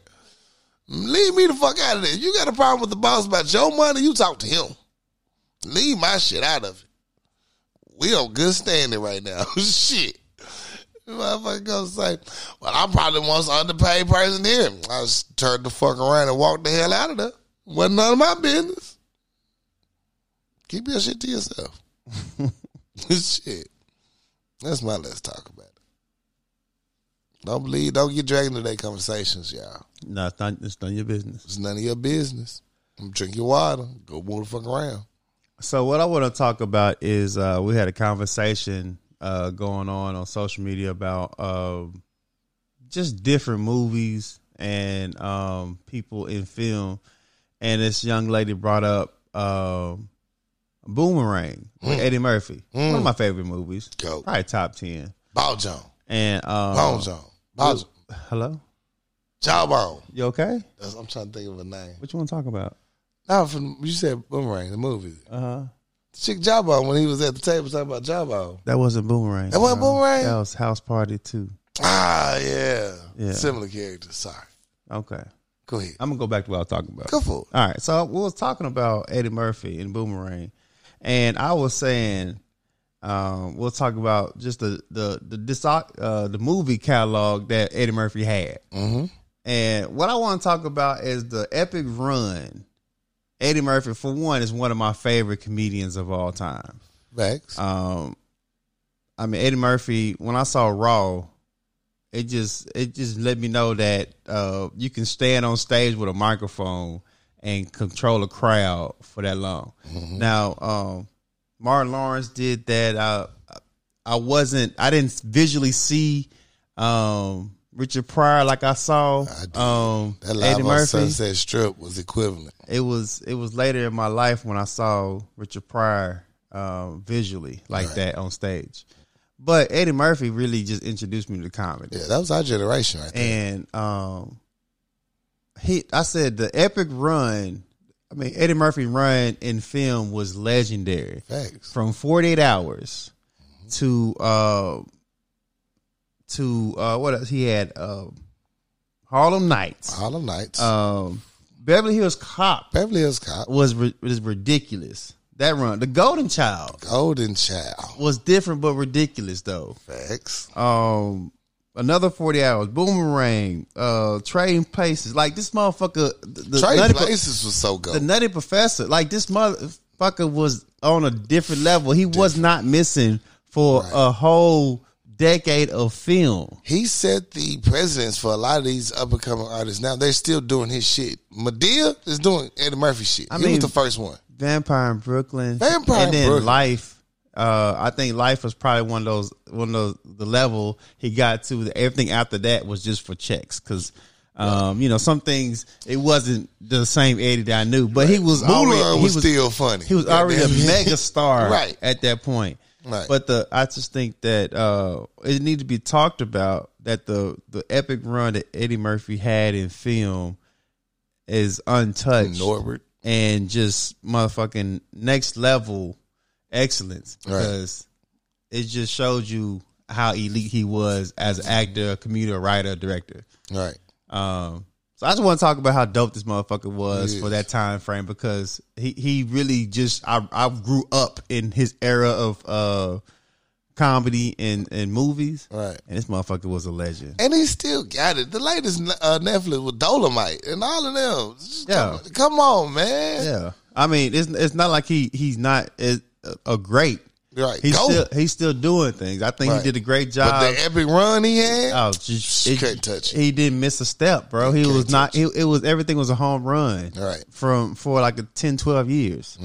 B: Leave me the fuck out of this. You got a problem with the boss about your money, you talk to him. Leave my shit out of it. We on good standing right now. shit. Motherfucker gonna say, Well, I'm probably the most underpaid person here. I just turned the fuck around and walked the hell out of there. Wasn't none of my business. Keep your shit to yourself. shit. That's my let's talk about it. Don't believe, don't get dragged into their conversations, y'all.
A: No, it's not. It's none of your business.
B: It's none of your business. Drink your water. Go move the fuck around.
A: So what I want to talk about is uh, we had a conversation uh, going on on social media about uh, just different movies and um, people in film, and this young lady brought up um Boomerang with Eddie Murphy, one of my favorite movies,
B: Go.
A: probably top ten.
B: Ball John.
A: And um,
B: Bone John. Ball John.
A: hello,
B: Jawbone.
A: you okay?
B: That's, I'm trying to think of a name.
A: What you want to talk about?
B: Nah, from you said Boomerang, the movie.
A: Uh huh.
B: Chick Jawbone when he was at the table talking about Jawbone.
A: That wasn't Boomerang.
B: That wasn't
A: bro.
B: Boomerang?
A: That was House Party Two.
B: Ah, yeah.
A: Yeah.
B: Similar characters. Sorry.
A: Okay.
B: Go ahead.
A: I'm gonna go back to what I was talking about.
B: Go for it.
A: All right, so we was talking about Eddie Murphy and Boomerang, and I was saying um, we'll talk about just the the the diso- uh, the movie catalog that Eddie Murphy had,
B: Mhm.
A: and what I want to talk about is the epic run. Eddie Murphy, for one, is one of my favorite comedians of all time.
B: Max.
A: Um, I mean Eddie Murphy. When I saw Raw, it just it just let me know that uh, you can stand on stage with a microphone and control a crowd for that long.
B: Mm-hmm. Mm.
A: Now, um, Martin Lawrence did that. I I wasn't I didn't visually see um, Richard Pryor like I saw
B: did.
A: um,
B: that live
A: Eddie
B: on
A: Murphy
B: Sunset Strip was equivalent.
A: it was it was later in my life when I saw Richard Pryor um, visually like that on stage. But Eddie Murphy really just introduced me to comedy,
B: Yeah, that was our generation right there.
A: and um, he I said the epic run. I mean Eddie Murphy run in film was legendary
B: Facts.
A: from 48 hours to uh to uh what else he had uh Harlem Nights,
B: Harlem Nights.
A: um Beverly Hills Cop
B: Beverly Hills Cop.
A: was ri- was ridiculous. That run, the Golden Child
B: Golden Child.
A: was different but ridiculous though.
B: Facts.
A: Um, another forty hours, Boomerang, uh, Trading Places, like this motherfucker. The, the
B: Trade
A: nutty,
B: Places was so good.
A: the nutty Professor, like this motherfucker was on a different level. He was not missing for a whole decade of film.
B: He set the precedence for a lot of these up and coming artists. Now they're still doing his shit. Medea is doing Eddie Murphy shit.
A: I
B: he
A: mean-
B: was the first one.
A: Vampire in Brooklyn.
B: Vampire in
A: and then
B: Brooklyn.
A: Life. Uh, I think Life was probably one of those one of those the level he got to. Everything after that was just for checks because. Um, you know, some things it wasn't the same Eddie that I knew, but he was
B: Mulan
A: already,
B: was,
A: he was
B: still funny.
A: he was already a
B: Goddamn.
A: mega star
B: Right.
A: at that point.
B: Right.
A: But the I just think that uh, it needs to be talked about that the the epic run that Eddie Murphy had in film is untouched
B: Norbert.
A: and just motherfucking next level excellence because it just showed you how elite he was as an actor, a comedian, a writer, a director.
B: Right.
A: Um, so I just want to talk about how dope this motherfucker was
B: Yes.
A: for that time frame because he, he really just I I grew up in his era of uh comedy and and movies
B: Right.
A: and this motherfucker was a legend.
B: And he still got it. The latest uh, Netflix with Dolomite and all of them. Just
A: Yeah.
B: Come, come on, man.
A: Yeah, I mean it's it's not like he he's not a, a great.
B: Right.
A: He's
B: Go.
A: still he's still doing things. I think
B: Right.
A: he did a great
B: But
A: job.
B: the epic run he had.
A: Um, oh, just,
B: You couldn't touch it.
A: He didn't miss a step, bro. He
B: couldn't
A: was not. It, it was everything was a home run.
B: Right. Mm-hmm.
A: From for like a 10, 12 years.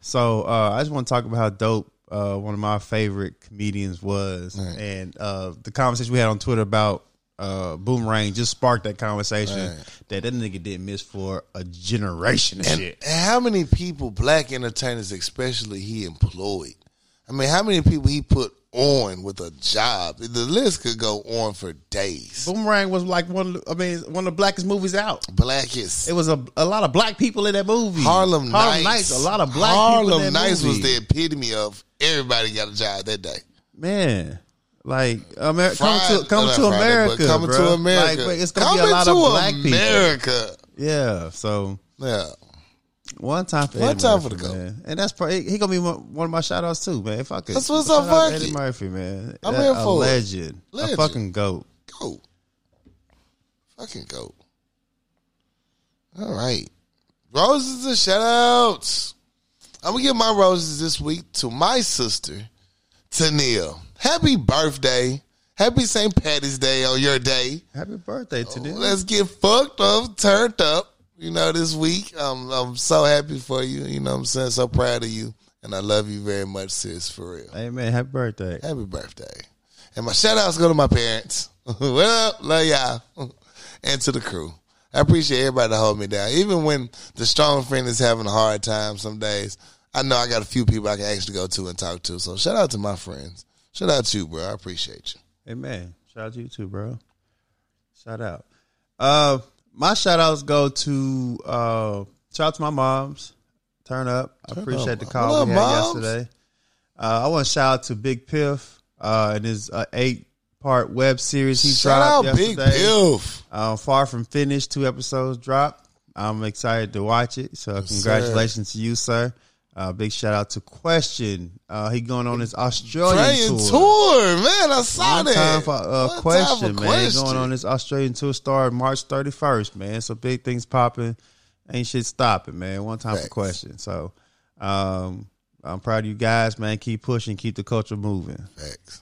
A: So uh, I just want to talk about how dope uh, one of my favorite comedians was, and uh, the conversation we had on Twitter about uh, Boomerang just sparked that conversation that that nigga didn't miss for a generation of shit.
B: And how many people, black entertainers especially, he employed? I mean, how many people he put on with a job? The list could go on for days.
A: Boomerang was like one. Of the, I mean, one of the blackest movies out.
B: Blackest.
A: It was a, a lot of black people in that movie.
B: Harlem,
A: Harlem Nights.
B: Nights.
A: A lot of black
B: Harlem
A: people in that
B: Nights
A: movie.
B: was the epitome of everybody got a job that day.
A: man. Like Amer- come
B: Friday-
A: to come
B: not
A: to
B: Friday, but
A: America,
B: coming
A: bro.
B: to America,
A: Like, it's gonna be
B: Coming
A: a lot
B: to
A: of black people.
B: America.
A: Yeah, so
B: Yeah,
A: one time for
B: One
A: Eddie
B: time for
A: Murphy,
B: the goat.
A: man. and that's probably he gonna be one one of my shout outs too, man. Fuck it,
B: That's what's
A: Shout
B: up,
A: out
B: fuck
A: Eddie
B: it.
A: Murphy, man.
B: I'm
A: That-
B: here
A: a
B: for it.
A: legend, a
B: Legend.
A: fucking goat.
B: go, fucking go. All right, roses and shout outs. I'm gonna give my roses this week to my sister, Tania. Happy birthday! Happy St. Patty's Day on your day.
A: Happy birthday to this.
B: Oh, Let's get fucked up, turned up. You know, this week. I'm I'm so happy for you. You know what I'm saying? So proud of you. And I love you very much, sis, for real.
A: Hey man, happy birthday.
B: Happy birthday. And my shout outs go to my parents. what up? Love y'all. and to the crew. I appreciate everybody to hold me down. Even when the strong friend is having a hard time some days, I know I got a few people I can actually go to and talk to. So shout out to my friends. Shout out to you, bro. I appreciate you.
A: Hey man, shout out to you too, bro. Shout out. Uh my shout outs go to uh shout out to my moms. Turn up. I appreciate the call
B: What up,
A: we had
B: moms?
A: yesterday. Uh I want to shout out to Big Piff uh and his uh, eight part web series he
B: shout out
A: dropped
B: Big
A: yesterday.
B: Biff.
A: Uh, Far from finished, two episodes dropped. I'm excited to watch it. So
B: sir.
A: congratulations to you, sir. Uh, big shout out to Question. Uh, he going on his Australian
B: Australian tour, man. I saw
A: One
B: that.
A: time for a
B: One
A: question,
B: time for
A: man. Going on this Australian tour start March 31st, man. So big things popping. Ain't shit stopping, man. One time
B: Facts.
A: for question. So um, I'm proud of you guys, man. Keep pushing, keep the culture moving.
B: Facts.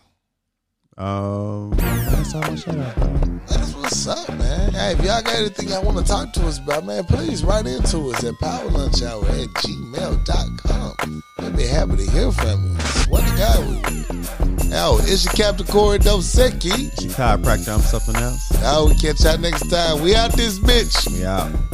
A: Um, that's all my shout out.
B: That's what's up, man. Hey, if y'all got anything I want to talk to us about, man, please write into us at powerlunchhour at gmail.com. We'd be happy to hear from you. What the guy with you. Oh, it's your Captain Corey Dosecki.
A: Chiropractor, I'm something else.
B: Oh, we catch y'all next time. We out this bitch.
A: We out.